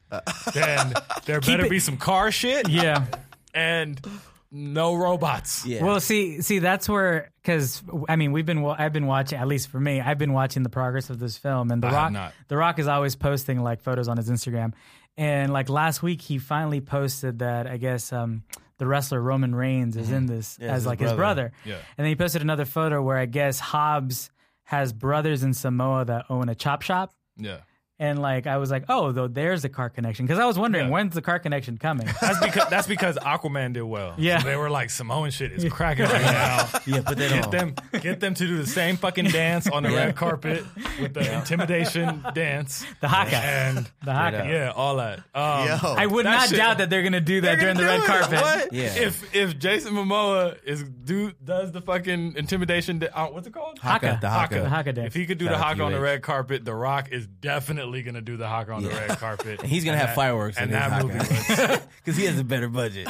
Speaker 4: then there better
Speaker 2: it-
Speaker 4: be some car shit
Speaker 2: Yeah.
Speaker 4: and no robots.
Speaker 3: Yeah.
Speaker 2: Well, see, see, that's where because I mean, we've been wa- I've been watching at least for me, I've been watching the progress of this film, and The
Speaker 4: I have
Speaker 2: Rock,
Speaker 4: not.
Speaker 2: The Rock is always posting like photos on his Instagram, and like last week he finally posted that I guess um, the wrestler Roman Reigns is
Speaker 4: Mm-hmm.
Speaker 2: in this
Speaker 3: Yeah, it's
Speaker 2: as
Speaker 3: his
Speaker 2: like his brother,
Speaker 3: brother.
Speaker 4: Yeah.
Speaker 2: and then he posted another photo where I guess Hobbs has brothers in Samoa that own a chop shop.
Speaker 4: Yeah,
Speaker 2: And like I was like, oh, though there's the car connection because I was wondering
Speaker 4: Yeah.
Speaker 2: when's the car connection coming.
Speaker 4: that's because that's because Aquaman did well.
Speaker 2: Yeah.
Speaker 4: so they were like Samoan shit is cracking right now.
Speaker 3: yeah, put that
Speaker 4: Get
Speaker 3: on.
Speaker 4: them, get them to do the same fucking dance on the red carpet with the intimidation dance,
Speaker 2: The Haka,
Speaker 4: and
Speaker 2: the Haka.
Speaker 4: yeah, all that. Um,
Speaker 1: Yo.
Speaker 2: I would
Speaker 4: That
Speaker 2: not
Speaker 4: shit-
Speaker 2: doubt that they're gonna do that during the red carpet.
Speaker 4: What?
Speaker 3: Yeah.
Speaker 4: If if Jason Momoa is do does the fucking intimidation, da- uh, what's it called?
Speaker 2: Haka.
Speaker 3: the Haka.
Speaker 2: The Haka dance.
Speaker 4: If he could do
Speaker 3: Shout
Speaker 4: the
Speaker 3: out to
Speaker 4: Haka
Speaker 3: you,
Speaker 4: on the
Speaker 3: H.
Speaker 4: red carpet, The Rock is definitely gonna do the Haka on the
Speaker 3: Yeah.
Speaker 4: red carpet.
Speaker 3: And he's gonna have
Speaker 4: that-
Speaker 3: fireworks
Speaker 4: And
Speaker 3: in his
Speaker 4: that
Speaker 3: Haka.
Speaker 4: movie. was-
Speaker 3: because he has a better budget.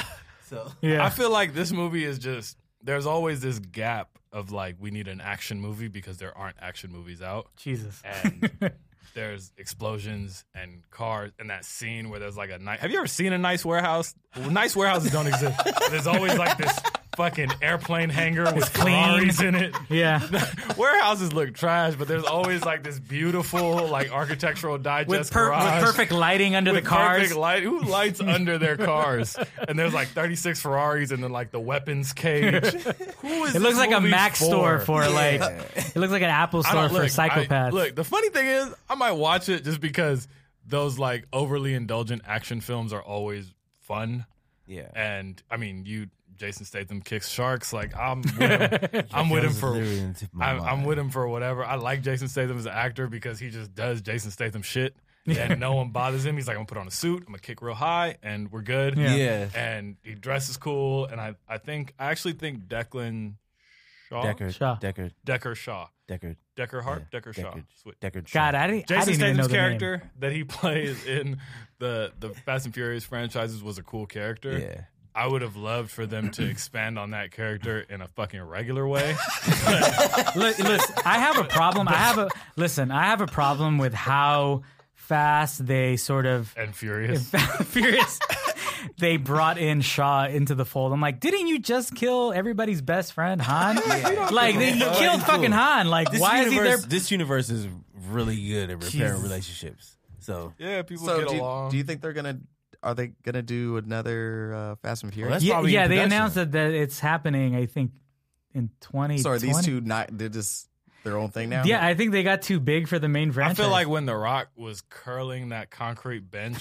Speaker 3: So
Speaker 2: yeah.
Speaker 4: I feel like this movie is just there's always this gap of like we need an action movie because there aren't action movies out.
Speaker 2: Jesus.
Speaker 4: And there's explosions and cars and that scene where there's like a nice. Have you ever seen a nice warehouse? Well, nice warehouses don't exist. There's always like this fucking airplane hangar with
Speaker 2: clean.
Speaker 4: Ferraris in it.
Speaker 2: yeah.
Speaker 4: Warehouses look trash, but there's always like this beautiful like architectural digest
Speaker 2: With, per-
Speaker 4: garage
Speaker 2: with perfect lighting under the
Speaker 4: with
Speaker 2: cars.
Speaker 4: perfect light. Who lights under their cars? And there's like 36 Ferraris and then like the weapons cage. Who is
Speaker 2: It looks
Speaker 4: this
Speaker 2: like a
Speaker 4: movie
Speaker 2: Mac
Speaker 4: for?
Speaker 2: store for like. It looks like an Apple
Speaker 4: I
Speaker 2: store
Speaker 4: don't-
Speaker 2: for psychopaths.
Speaker 4: I, look, the funny thing is, I might watch it just because those like overly indulgent action films are always fun.
Speaker 3: Yeah.
Speaker 4: And I mean, you, Jason Statham kicks sharks. Like I'm, with him. I'm with him
Speaker 3: That was
Speaker 4: for.
Speaker 3: literally on the tip of my
Speaker 4: I'm, I'm
Speaker 3: mind.
Speaker 4: with him for whatever. I like Jason Statham as an actor because he just does Jason Statham shit, and no one bothers him. He's like, I'm gonna put on a suit, I'm gonna kick real high, and we're good.
Speaker 2: Yeah.
Speaker 3: Yeah.
Speaker 4: And he dresses cool, and I, I think I actually think Declan Shaw,
Speaker 3: Deckard.
Speaker 2: Shaw.
Speaker 3: Deckard.
Speaker 4: Decker Shaw,
Speaker 3: Deckard.
Speaker 4: Decker Hart,
Speaker 3: Yeah,
Speaker 4: Decker Shaw.
Speaker 3: Deckard.
Speaker 4: Switch.
Speaker 3: Deckard. Shaw.
Speaker 2: God, I didn't. I
Speaker 4: Jason
Speaker 2: didn't even know
Speaker 4: Statham's
Speaker 2: the name.
Speaker 4: character that he plays in the the Fast and Furious franchises was a cool character.
Speaker 3: Yeah.
Speaker 4: I would have loved for them to expand on that character in a fucking regular way.
Speaker 2: Li- listen, I have a problem. I have a listen. I have a problem with how fast they sort of
Speaker 4: and Furious.
Speaker 2: furious. They brought in Shaw into the fold. I'm like, didn't you just kill everybody's best friend Han? Like, they, you
Speaker 3: fuck.
Speaker 2: killed
Speaker 3: Cool.
Speaker 2: fucking Han. Like,
Speaker 3: This
Speaker 2: why is he
Speaker 3: universe,
Speaker 2: there?
Speaker 3: This universe is really good at repairing
Speaker 2: Jesus.
Speaker 3: relationships. So
Speaker 4: Yeah, people
Speaker 1: so
Speaker 4: get
Speaker 1: do you,
Speaker 4: along.
Speaker 1: do you think they're gonna? Are they gonna do another uh, Fast and Furious?
Speaker 3: that's
Speaker 2: Yeah,
Speaker 3: probably in
Speaker 2: yeah, they
Speaker 3: production.
Speaker 2: announced that, that it's happening. I think in 2020.
Speaker 1: so are these two not? They're just their own thing now.
Speaker 2: Yeah, I think they got too big for the main
Speaker 4: I
Speaker 2: franchise.
Speaker 4: feel like when The Rock was curling that concrete bench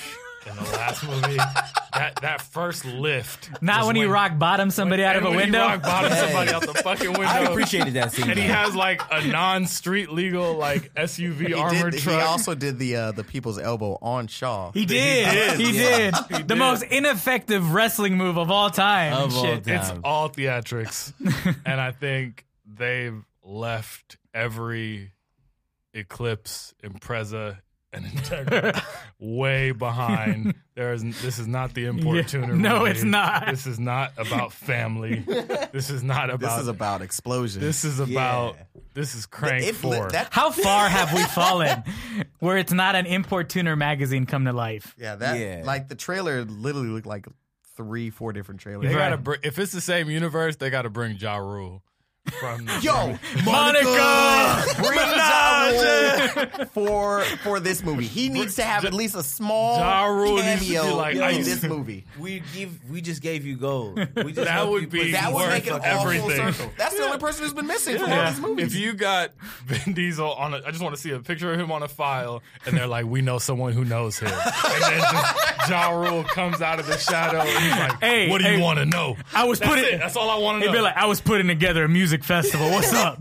Speaker 4: in the last movie, that, that first lift.
Speaker 2: not
Speaker 4: was
Speaker 2: when, he rock bottom somebody out
Speaker 4: and
Speaker 2: of a
Speaker 4: when he
Speaker 2: window.
Speaker 4: rock bottomed somebody out the fucking window.
Speaker 3: I appreciated that scene.
Speaker 4: And he
Speaker 3: though.
Speaker 4: has like a non-street legal like SUV
Speaker 1: He,
Speaker 4: armored
Speaker 1: did, he
Speaker 4: truck.
Speaker 1: also did the uh, the people's elbow on Shaw.
Speaker 2: He did.
Speaker 4: did.
Speaker 2: He
Speaker 4: Yeah.
Speaker 2: did.
Speaker 4: He
Speaker 2: The
Speaker 4: did.
Speaker 2: most ineffective wrestling move of all time.
Speaker 3: Of all
Speaker 2: Shit.
Speaker 3: time.
Speaker 4: it's all theatrics, and I think they've left every Eclipse, Impreza, and Integra way behind. There is this is not the
Speaker 2: Yeah.
Speaker 4: importuner.
Speaker 2: No,
Speaker 4: movie.
Speaker 2: it's not.
Speaker 4: This is not about family. this is not about.
Speaker 1: this is about explosions.
Speaker 4: This is about. This is crank
Speaker 1: It li-
Speaker 4: four.
Speaker 1: that-
Speaker 2: How far have we fallen where it's not an import tuner magazine come to life?
Speaker 1: yeah, that
Speaker 3: Yeah.
Speaker 1: like the trailer literally looked like three, four different trailers.
Speaker 4: they
Speaker 2: Right.
Speaker 4: gotta. Br- if it's the same universe, they gotta bring Ja Rule from.
Speaker 1: Yo,
Speaker 2: Monica!
Speaker 1: bring Ja Rule for for this movie. He needs to have at least a small
Speaker 4: Ja Rule needs to be
Speaker 1: cameo
Speaker 4: like,
Speaker 1: in
Speaker 4: I used
Speaker 1: this
Speaker 4: to-
Speaker 1: movie.
Speaker 3: We give. We just gave you gold. We just
Speaker 4: That
Speaker 3: helped
Speaker 4: would
Speaker 3: you
Speaker 4: be
Speaker 3: put-
Speaker 1: That would
Speaker 4: worth
Speaker 1: make it all full
Speaker 4: everything.
Speaker 1: circle. That's the only person who's been missing from all
Speaker 4: Yeah.
Speaker 1: these movies.
Speaker 4: If you got Vin Diesel on a, I just want to see a picture of him on a file, and they're like, we know someone who knows him. And then just Ja Rule comes out of the shadow, and he's like,
Speaker 2: Hey,
Speaker 4: what do
Speaker 2: hey.
Speaker 4: you want to know?
Speaker 2: I was
Speaker 4: That's
Speaker 2: putting.
Speaker 4: it. That's all I want to
Speaker 2: He'd
Speaker 4: know.
Speaker 2: be like, I was putting together a music festival. What's up?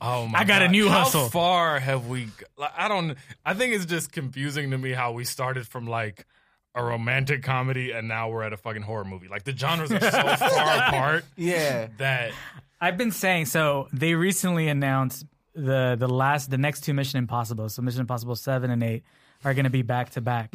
Speaker 4: oh my
Speaker 2: I got a
Speaker 4: God.
Speaker 2: new
Speaker 4: how
Speaker 2: hustle.
Speaker 4: far have we, g- like, I don't, I think it's just confusing to me how we started from like, a romantic comedy, and now we're at a fucking horror movie. Like the genres are so far apart
Speaker 3: Yeah.
Speaker 4: that
Speaker 2: I've been saying so. They recently announced the the last the next two Mission Impossible. So Mission Impossible seven and eight are going to be back to back.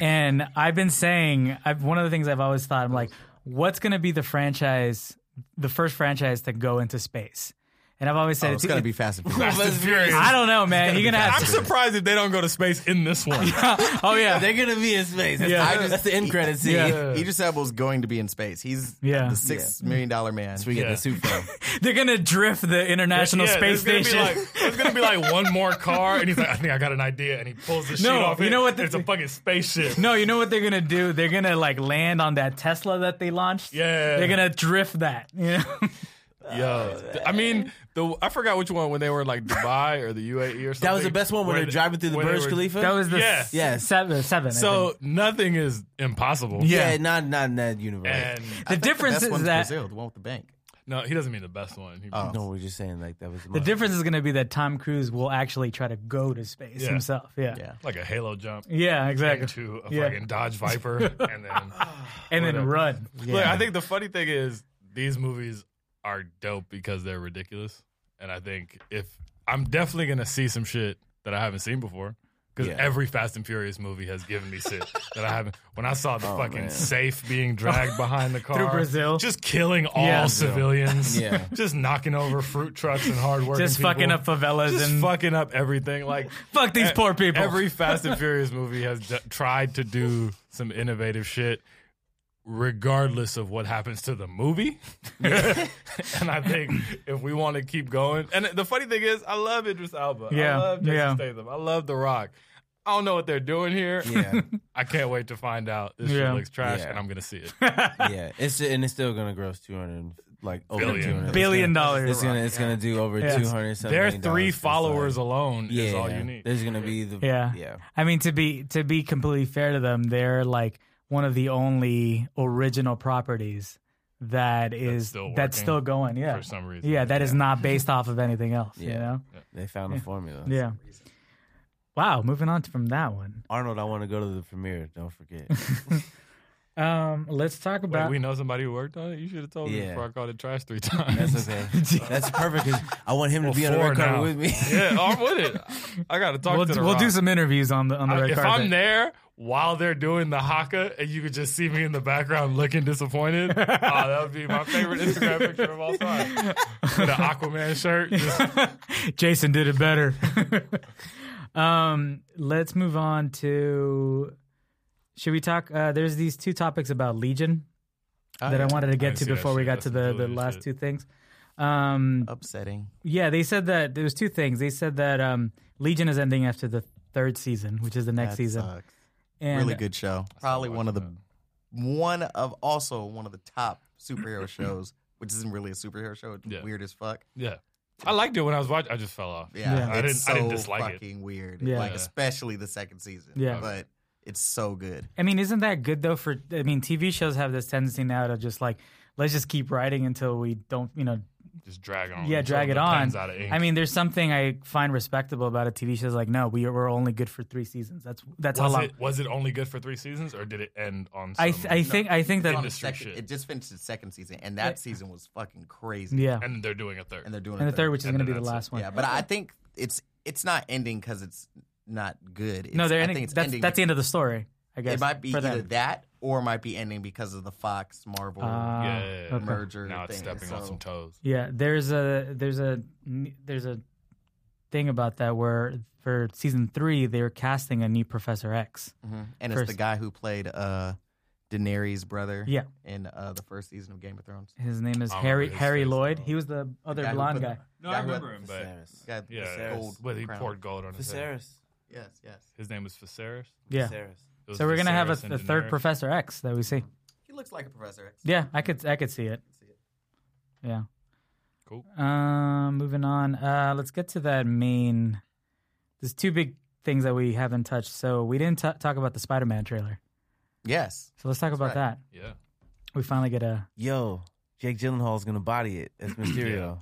Speaker 2: And I've been saying I've, one of the things I've always thought I'm like, what's going to be the franchise, the first franchise to go into space? And I've always said
Speaker 1: oh, it's gonna be Fast and Furious.
Speaker 4: Fast and Furious.
Speaker 2: I don't know, man. You're gonna
Speaker 4: I'm
Speaker 2: have. To,
Speaker 4: surprised if they don't go to space in this one.
Speaker 2: oh yeah,
Speaker 3: They're gonna be in space. That's,
Speaker 2: Yeah.
Speaker 3: I just- that's the end credit scene.
Speaker 2: Yeah.
Speaker 1: Idris Elba's going to be in space. He's
Speaker 2: Yeah.
Speaker 1: the six million dollar man.
Speaker 3: We get
Speaker 4: Yeah.
Speaker 3: the suit from.
Speaker 2: they're gonna drift the international
Speaker 4: Yeah,
Speaker 2: space
Speaker 4: there's
Speaker 2: station.
Speaker 4: Gonna be like, there's gonna be like one more car, and he's like, "I think I got an idea," and he pulls the
Speaker 2: No,
Speaker 4: shit off.
Speaker 2: you
Speaker 4: it,
Speaker 2: know what
Speaker 4: and
Speaker 2: the-
Speaker 4: it's a fucking spaceship.
Speaker 2: no, you know what they're gonna do? They're gonna like land on that Tesla that they launched.
Speaker 4: Yeah.
Speaker 2: they're gonna drift that. You know?
Speaker 4: Yo, I mean, the I forgot which one when they were like Dubai or the UAE or something.
Speaker 3: That was the best one when
Speaker 4: where
Speaker 3: they're
Speaker 4: they-
Speaker 3: driving through the
Speaker 4: where they
Speaker 3: Burj
Speaker 4: were-
Speaker 3: Khalifa.
Speaker 2: That was the
Speaker 4: Yeah.
Speaker 2: s-
Speaker 3: Yeah.
Speaker 2: seven. seven I
Speaker 4: So
Speaker 2: think.
Speaker 4: nothing is impossible.
Speaker 3: yeah, not not in that universe.
Speaker 4: And
Speaker 2: the difference
Speaker 1: the best
Speaker 2: is
Speaker 1: one's
Speaker 2: that
Speaker 1: Brazil, the one with the bank.
Speaker 4: no, he doesn't mean the best one. He-
Speaker 1: Oh.
Speaker 3: no, we're just saying like that was
Speaker 2: the difference is going to be that Tom Cruise will actually try to go to space
Speaker 4: Yeah.
Speaker 2: himself. Yeah.
Speaker 1: Yeah.
Speaker 4: Like a Halo jump
Speaker 2: Yeah, exactly.
Speaker 4: into a
Speaker 2: Yeah.
Speaker 4: fucking Dodge Viper, and then
Speaker 2: And then
Speaker 4: Whatever.
Speaker 2: run.
Speaker 4: Look, I think the funny thing is these movies are dope because they're ridiculous, and I think if I'm definitely gonna see some shit that I haven't seen before because
Speaker 3: Yeah.
Speaker 4: every Fast and Furious movie has given me shit that I haven't. When I saw the
Speaker 3: Oh,
Speaker 4: fucking
Speaker 3: man.
Speaker 4: safe being dragged behind the car
Speaker 2: through Brazil.
Speaker 4: just killing all
Speaker 2: Yeah.
Speaker 4: civilians,
Speaker 3: Yeah.
Speaker 4: just knocking over fruit trucks and hardworking,
Speaker 2: just fucking
Speaker 4: people.
Speaker 2: up favelas
Speaker 4: Just
Speaker 2: and
Speaker 4: fucking up everything. Like
Speaker 2: fuck these
Speaker 4: e-
Speaker 2: poor people.
Speaker 4: Every Fast and Furious movie has d- tried to do some innovative shit, regardless of what happens to the movie. and I think if we want to keep going, and the funny thing is, I love Idris Alba.
Speaker 2: Yeah,
Speaker 4: I love Jason
Speaker 2: yeah.
Speaker 4: Statham. I love The Rock. I don't know what they're doing here.
Speaker 3: Yeah,
Speaker 4: I can't wait to find out. This
Speaker 2: Yeah.
Speaker 4: shit looks trash,
Speaker 3: Yeah.
Speaker 4: and I'm gonna see it.
Speaker 3: yeah. It's and it's still gonna gross two hundred like over
Speaker 4: Billion.
Speaker 3: 200. It's
Speaker 2: billion
Speaker 3: gonna-
Speaker 2: dollars.
Speaker 3: It's gonna it's gonna do over
Speaker 2: Yeah.
Speaker 3: two hundred.
Speaker 4: Their three followers alone is all you need.
Speaker 3: There's gonna be the
Speaker 2: Yeah.
Speaker 3: yeah.
Speaker 2: I mean, to be to be completely fair to them, they're like one of the only original properties that is
Speaker 4: still
Speaker 2: that's
Speaker 4: working
Speaker 2: still going. Yeah,
Speaker 4: For some reason,
Speaker 2: yeah, that is not based off of anything else. You
Speaker 3: Yeah.
Speaker 2: know.
Speaker 3: They found a formula.
Speaker 2: Yeah. Wow. Moving on from that one.
Speaker 3: Arnold, I want to go to the premiere. Don't forget.
Speaker 2: Um, let's talk
Speaker 4: Wait,
Speaker 2: about.
Speaker 4: we know somebody who worked on it. You should have told me
Speaker 3: Yeah.
Speaker 4: before I called it trash three times.
Speaker 3: That's okay. That's perfect. 'cause I want him
Speaker 4: Well,
Speaker 3: to be on the
Speaker 4: four
Speaker 3: red carpet
Speaker 4: now.
Speaker 3: with me.
Speaker 4: yeah, I'm with it. I gotta talk
Speaker 2: we'll
Speaker 4: to the
Speaker 2: we'll do
Speaker 4: Rock.
Speaker 2: some interviews on the on the
Speaker 4: I-
Speaker 2: red
Speaker 4: if
Speaker 2: carpet.
Speaker 4: I'm there while they're doing the haka and you could just see me in the background looking disappointed, oh, that would be my favorite Instagram picture of all time. With an Aquaman shirt. Just,
Speaker 2: Jason did it better. um, let's move on to. Should we talk? Uh, there's these two topics about Legion that I wanted to
Speaker 4: didn't
Speaker 2: get to
Speaker 4: see that
Speaker 2: before we
Speaker 4: shit.
Speaker 2: got
Speaker 4: That's
Speaker 2: to
Speaker 4: some
Speaker 2: the, the
Speaker 4: delirious
Speaker 2: last
Speaker 4: shit.
Speaker 2: two things. Um,
Speaker 1: upsetting.
Speaker 2: yeah, they said that there was two things. They said that um, Legion is ending after the third season, which is the next
Speaker 1: That
Speaker 2: season.
Speaker 1: sucks.
Speaker 2: And
Speaker 1: Really good show. Probably one of the one of also one of the top superhero shows, which isn't really a superhero show. It's
Speaker 4: Yeah.
Speaker 1: weird as fuck.
Speaker 4: yeah. I liked it when I was watching. I just fell off.
Speaker 1: Yeah,
Speaker 2: Yeah.
Speaker 4: I
Speaker 1: it's
Speaker 4: didn't- I didn't
Speaker 1: so
Speaker 4: dislike it.
Speaker 1: fucking weird.
Speaker 2: Yeah.
Speaker 1: Like
Speaker 4: Yeah.
Speaker 1: especially the second season.
Speaker 2: Yeah.
Speaker 1: but it's so good.
Speaker 2: I mean, isn't that good though? For I mean, TV shows have this tendency now to just like let's just keep writing until we don't, you know,
Speaker 4: Just drag on.
Speaker 2: yeah,
Speaker 4: until
Speaker 2: drag
Speaker 4: the
Speaker 2: it on.
Speaker 4: pen's out of ink.
Speaker 2: I mean, there's something I find respectable about a TV show. It's like, no, we we're only good for three seasons. That's that's
Speaker 4: was
Speaker 2: how long.
Speaker 4: it was it only good for three seasons or did it end on?
Speaker 2: I
Speaker 4: some-
Speaker 2: th- I think I think
Speaker 1: On
Speaker 2: that
Speaker 1: the
Speaker 4: Industry
Speaker 1: second,
Speaker 4: shit.
Speaker 1: it just finished its second season, and that season was fucking crazy.
Speaker 2: yeah,
Speaker 4: and they're doing a third.
Speaker 1: and they're doing
Speaker 2: and the third, which is
Speaker 4: and
Speaker 2: going to
Speaker 4: then
Speaker 2: be the
Speaker 4: that's it.
Speaker 2: last one.
Speaker 1: Yeah, but I think it's it's not ending because it's not good. It's,
Speaker 2: no, they're
Speaker 1: I
Speaker 2: ending.
Speaker 1: think it's
Speaker 2: That's
Speaker 1: ending
Speaker 2: that's the end of the story. I guess
Speaker 1: It might be
Speaker 2: for them.
Speaker 1: either that or it might be ending because of the Fox Marvel
Speaker 2: Ah,
Speaker 4: Yeah, yeah, yeah.
Speaker 2: okay.
Speaker 1: merger.
Speaker 4: now it's
Speaker 1: thing.
Speaker 4: stepping
Speaker 1: so,
Speaker 4: on some toes.
Speaker 2: Yeah, there's a there's a there's a thing about that where for season three they're casting a new Professor X.
Speaker 1: Mhm. And it's
Speaker 2: First-
Speaker 1: the guy who played uh, Daenerys' brother
Speaker 2: Yeah,
Speaker 1: in uh, the first season of Game of Thrones.
Speaker 2: his name is
Speaker 1: Oh,
Speaker 4: I don't
Speaker 2: Harry
Speaker 4: remember his
Speaker 2: Harry
Speaker 4: face at
Speaker 2: Lloyd.
Speaker 4: all.
Speaker 2: He was the other
Speaker 1: guy who
Speaker 2: blonde
Speaker 1: put-
Speaker 2: guy.
Speaker 4: No,
Speaker 1: Yeah,
Speaker 4: I
Speaker 1: I
Speaker 4: remember
Speaker 1: went-
Speaker 4: him, but
Speaker 3: Viserys.
Speaker 1: Got the
Speaker 4: yeah,
Speaker 3: Viserys.
Speaker 1: gold
Speaker 4: well, he
Speaker 1: crown.
Speaker 4: poured gold on his head.
Speaker 3: Viserys.
Speaker 1: Yes, yes.
Speaker 4: His name was Viserys.
Speaker 2: Yeah.
Speaker 3: Viserys.
Speaker 4: It was
Speaker 2: So we're gonna have
Speaker 4: Viserys and
Speaker 2: a, a third
Speaker 4: Daenerys.
Speaker 2: Professor X that we see.
Speaker 1: He looks like a Professor X.
Speaker 2: Yeah, I could I could see it. Yeah.
Speaker 4: Cool.
Speaker 2: Um, moving on. Uh, let's get to that main. There's two big things that we haven't touched. So we didn't ta talk about the Spider-Man trailer.
Speaker 1: Yes.
Speaker 2: So let's talk about
Speaker 1: right.
Speaker 2: that.
Speaker 4: Yeah.
Speaker 2: We finally get a
Speaker 3: Yo, Jake Gyllenhaal's gonna body it as Mysterio.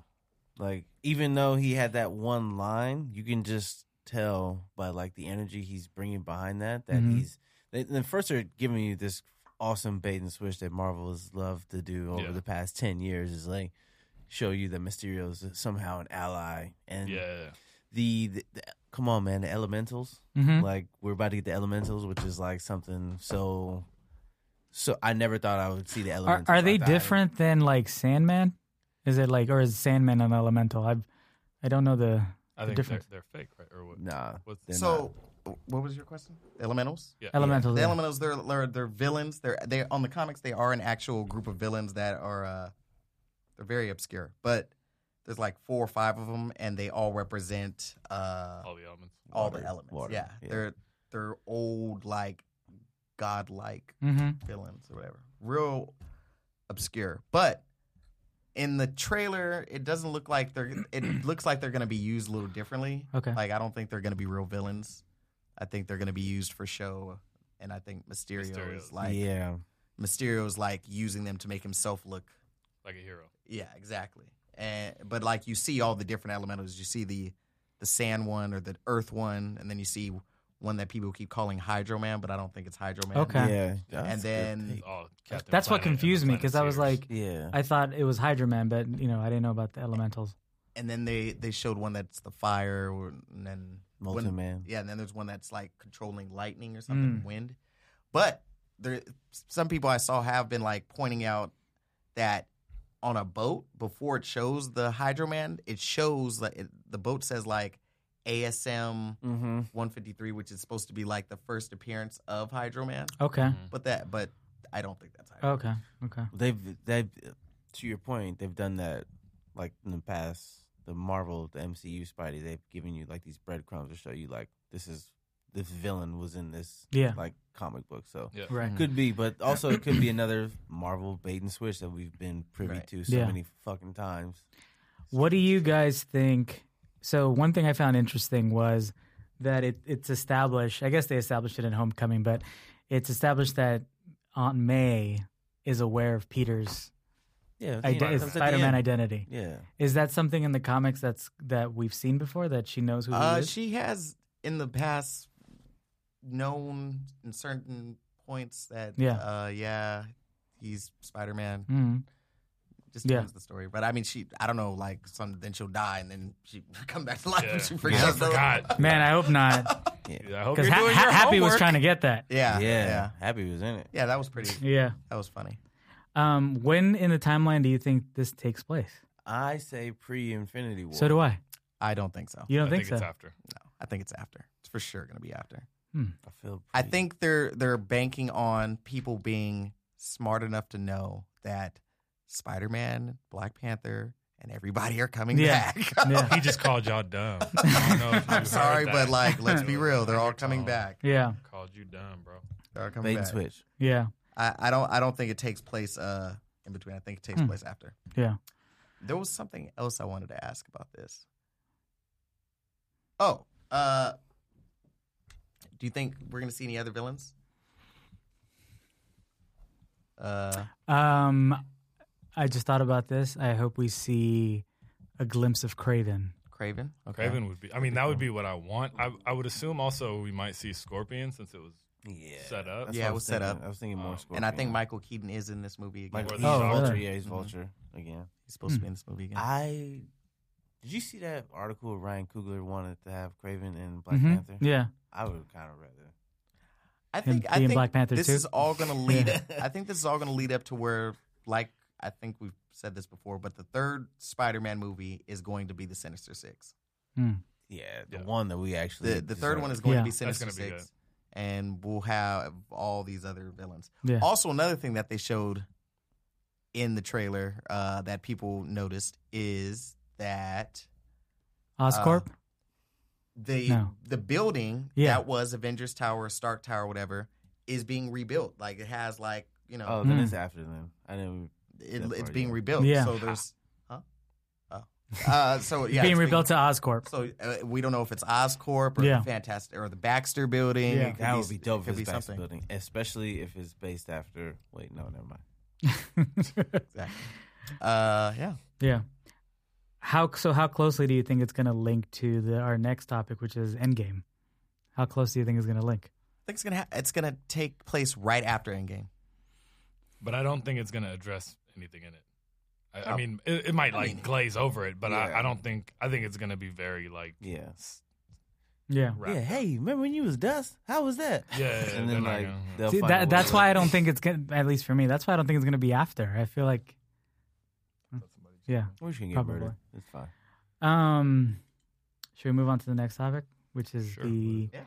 Speaker 3: Like, even though he had that one line, you can just tell by like the energy he's bringing behind that that
Speaker 2: Mhm.
Speaker 3: he's. They, the first are giving you this awesome bait and switch that Marvel has loved to do over
Speaker 4: Yeah.
Speaker 3: the past ten years is like show you that Mysterio is somehow an ally and
Speaker 4: Yeah, yeah, yeah.
Speaker 3: the, the, the come on man the elementals
Speaker 2: Mhm.
Speaker 3: like we're about to get the elementals which is like something so so i never thought i would see the
Speaker 2: Are,
Speaker 3: elementals
Speaker 2: are
Speaker 3: I
Speaker 2: they
Speaker 3: thought-
Speaker 2: different than like Sandman? Is it like or is Sandman an elemental? I I don't know the
Speaker 4: I think
Speaker 2: The
Speaker 4: they're,
Speaker 2: difference.
Speaker 4: they're fake, right? Or what?
Speaker 3: nah
Speaker 4: What's
Speaker 3: they're
Speaker 1: so, what was your question? Elementals?
Speaker 4: yeah.
Speaker 2: elemental.
Speaker 1: The Elementals, they're, they're they're villains. They're they on the comics. They are an actual group of villains that are uh, they're very obscure. But there's like four or five of them, and they all represent uh,
Speaker 4: All the elements.
Speaker 1: all
Speaker 3: water-
Speaker 1: the elements.
Speaker 3: water,
Speaker 1: yeah.
Speaker 3: yeah.
Speaker 1: they're they're old like godlike
Speaker 2: hmm
Speaker 1: villains or whatever. Real obscure, but. In the trailer, it doesn't look like they're. It looks like they're going to be used a little differently.
Speaker 3: Uh-huh.
Speaker 2: Okay.
Speaker 1: Like I don't think they're going to be real villains. I think they're going to be used for show, and I think Mysterio
Speaker 4: Mysterio's-
Speaker 1: is like
Speaker 3: yeah
Speaker 1: Mysterio is like using them to make himself look.
Speaker 4: Like a hero.
Speaker 1: Yeah, exactly. And but like you see all the different elementals. You see the the sand one or the earth one, and then you see one that people keep calling Hydro Man, but I don't think it's Hydro Man.
Speaker 2: Okay.
Speaker 3: yeah
Speaker 1: And
Speaker 3: That's a good
Speaker 1: then-
Speaker 3: pick.
Speaker 4: Oh, Captain
Speaker 2: That's what
Speaker 4: Planet and the
Speaker 2: confused me because I was
Speaker 4: Planeteers.
Speaker 2: like
Speaker 3: yeah
Speaker 2: I thought it was Hydra Man, but you know I didn't know about the elementals.
Speaker 1: And then they they showed one that's the fire, or- and then
Speaker 3: Molten
Speaker 1: When-
Speaker 3: Man.
Speaker 1: Yeah, and then there's one that's like controlling lightning or something,
Speaker 2: Mm.
Speaker 1: wind. But there, some people I saw have been like pointing out that on a boat before it shows the Hydro Man, it shows that it, the boat says like ASM
Speaker 3: Mm-hmm.
Speaker 1: 153, which is supposed to be like the first appearance of Hydro Man.
Speaker 2: Okay.
Speaker 4: Mm-hmm.
Speaker 1: But that, but I don't think that's Hydro.
Speaker 2: Okay. Okay.
Speaker 3: They've they've to your point, they've done that like in the past. The Marvel, the MCU, Spidey, they've given you like these breadcrumbs to show you like this is this villain was in this
Speaker 2: Yeah.
Speaker 3: like comic book. So
Speaker 4: Mm-hmm. Yeah.
Speaker 2: Right.
Speaker 3: could be, but also it could be another Marvel bait and switch that we've been privy
Speaker 1: Right.
Speaker 3: to so
Speaker 2: Yeah.
Speaker 3: many fucking times.
Speaker 2: What do you guys think? So one thing I found interesting was that it, it's established. I guess they established it in Homecoming, but it's established that Aunt May is aware of Peter's
Speaker 3: Yeah,
Speaker 2: ide-
Speaker 3: you know, it
Speaker 2: his
Speaker 3: comes at the
Speaker 2: Spider-Man
Speaker 3: end.
Speaker 2: identity.
Speaker 3: Yeah,
Speaker 2: Is that something in the comics that's that we've seen before that she knows who he
Speaker 1: Uh,
Speaker 2: is?
Speaker 1: she has in the past known in certain points that
Speaker 2: Yeah.
Speaker 1: uh, yeah, he's Spider Man.
Speaker 2: Mm.
Speaker 1: just
Speaker 2: Yeah.
Speaker 1: depends the story. But I mean, she I don't know like some then she'll die and then she come back to life
Speaker 4: Yeah.
Speaker 1: and she forgets.
Speaker 4: I
Speaker 1: so-
Speaker 4: forgot.
Speaker 2: Man, I hope not,
Speaker 4: Yeah, I hope
Speaker 2: because
Speaker 4: you're doing your
Speaker 2: Happy was
Speaker 4: homework.
Speaker 2: trying to get that.
Speaker 1: Yeah,
Speaker 3: yeah,
Speaker 1: yeah, yeah,
Speaker 3: Happy was in it.
Speaker 1: That was pretty.
Speaker 2: Yeah.
Speaker 1: That was funny.
Speaker 2: Um, when in the timeline do you think this takes place?
Speaker 3: I say pre-Infinity War.
Speaker 2: So do I.
Speaker 1: I don't think so.
Speaker 2: You don't
Speaker 4: I
Speaker 2: think,
Speaker 4: think
Speaker 2: so?
Speaker 4: it's after.
Speaker 1: No, I think it's after. It's for sure gonna be after.
Speaker 3: I feel.
Speaker 1: I
Speaker 3: pretty-
Speaker 1: think they're they're banking on people being smart enough to know that Spider Man, Black Panther, and everybody are coming
Speaker 2: Yeah.
Speaker 1: back.
Speaker 2: Yeah.
Speaker 4: He just called y'all dumb. I don't know if you
Speaker 1: I'm
Speaker 4: heard
Speaker 1: sorry,
Speaker 4: that.
Speaker 1: but like, let's be real. They're all
Speaker 4: Your
Speaker 1: coming
Speaker 4: tone
Speaker 1: back.
Speaker 2: Yeah.
Speaker 4: Called you dumb, bro.
Speaker 1: They're all coming
Speaker 3: bait and
Speaker 1: back.
Speaker 3: switch.
Speaker 2: Yeah.
Speaker 1: I, I don't I don't think it takes place uh in between. I think it takes
Speaker 2: Hmm.
Speaker 1: place after.
Speaker 2: Yeah.
Speaker 1: There was something else I wanted to ask about this. Oh, uh do you think we're gonna see any other villains? Uh
Speaker 2: Um, I just thought about this. I hope we see a glimpse of Craven.
Speaker 1: Craven?
Speaker 4: Craven would be. I mean, that would be what I want. I I would assume also we might see Scorpion since it was
Speaker 3: Yeah,
Speaker 4: set up.
Speaker 3: That's
Speaker 1: Yeah,
Speaker 3: what
Speaker 1: it
Speaker 3: I
Speaker 1: was set
Speaker 3: thinking.
Speaker 1: up.
Speaker 3: I was thinking more.
Speaker 4: Um,
Speaker 1: And I think
Speaker 3: Scorpion.
Speaker 1: Michael Keaton is in this movie again.
Speaker 3: Michael
Speaker 4: Or
Speaker 3: he's
Speaker 4: the
Speaker 2: Vulture.
Speaker 3: Vulture.
Speaker 2: really?
Speaker 3: Yeah, he's
Speaker 1: Mhm.
Speaker 3: Vulture again.
Speaker 1: He's supposed to be in this movie again.
Speaker 3: Mm-hmm. I did you see that article? where Ryan Coogler wanted to have Craven and Black
Speaker 2: Mhm.
Speaker 3: Panther.
Speaker 2: Yeah.
Speaker 3: I would kind of rather.
Speaker 1: I think
Speaker 2: him
Speaker 1: I
Speaker 2: being
Speaker 1: think
Speaker 2: Black Panther
Speaker 1: this
Speaker 2: too?
Speaker 1: is all going to lead.
Speaker 3: Yeah.
Speaker 1: I think this is all going to lead up to where, like, I think we've said this before, but the third Spider-Man movie is going to be the Sinister Six.
Speaker 3: Yeah, the
Speaker 4: Yeah.
Speaker 3: one that we actually.
Speaker 1: The the third one is going
Speaker 2: Yeah.
Speaker 1: to be
Speaker 2: That's
Speaker 1: Sinister
Speaker 4: gonna be
Speaker 1: Six, and we'll have all these other villains.
Speaker 2: Yeah.
Speaker 1: Also, another thing that they showed in the trailer uh, that people noticed is that Uh,
Speaker 2: Oscorp.
Speaker 1: the
Speaker 2: No.
Speaker 1: the building
Speaker 2: Yeah.
Speaker 1: that was Avengers Tower, Stark Tower, whatever, is being rebuilt. Like it has like you know
Speaker 3: Oh, then
Speaker 2: Mm.
Speaker 3: it's after them. I didn't.
Speaker 1: it,
Speaker 3: That
Speaker 1: it's
Speaker 3: part,
Speaker 1: being
Speaker 3: yeah.
Speaker 1: rebuilt.
Speaker 2: Yeah.
Speaker 1: So there's, huh? Oh. Uh, so yeah,
Speaker 2: being
Speaker 1: it's
Speaker 2: rebuilt to Oscorp.
Speaker 1: so uh, we don't know if it's Oscorp or
Speaker 2: Yeah.
Speaker 1: Fantastic or the Baxter Building.
Speaker 2: Yeah.
Speaker 1: It could
Speaker 3: That would be
Speaker 1: it
Speaker 3: dope if
Speaker 1: could
Speaker 3: it's
Speaker 1: be
Speaker 3: back to
Speaker 1: something.
Speaker 3: building, especially if it's based after. Wait, no, never mind.
Speaker 1: Exactly. Uh, yeah.
Speaker 2: yeah. How so? How closely do you think it's going to link to the, our next topic, which is Endgame? How close do you think it's going to link?
Speaker 1: I think it's gonna ha- it's gonna take place right after Endgame.
Speaker 4: But I don't think it's going to address anything in it. I,
Speaker 1: Oh.
Speaker 4: I mean, it, it might
Speaker 1: I
Speaker 4: like
Speaker 1: mean-
Speaker 4: glaze over it, but
Speaker 3: Yeah.
Speaker 4: I, I don't think. I think it's going to be very like.
Speaker 3: Yeah.
Speaker 4: s-
Speaker 2: Yeah.
Speaker 4: wrapped
Speaker 3: yeah.
Speaker 4: up.
Speaker 3: Hey, remember when you was dust? How was that?
Speaker 4: Yeah,
Speaker 3: and
Speaker 4: they're
Speaker 3: then
Speaker 4: not
Speaker 3: like
Speaker 4: gonna-
Speaker 3: they'll
Speaker 2: See,
Speaker 3: find a way
Speaker 2: that, that's
Speaker 3: to,
Speaker 2: why I
Speaker 3: like-
Speaker 2: don't think it's going. At least for me, that's why I don't think it's going to be after. I feel like. Yeah.
Speaker 3: We should get
Speaker 2: Probably.
Speaker 3: murdered. It's fine.
Speaker 2: Um, should we move on to the next topic, which is
Speaker 4: Sure.
Speaker 2: the
Speaker 1: Yeah.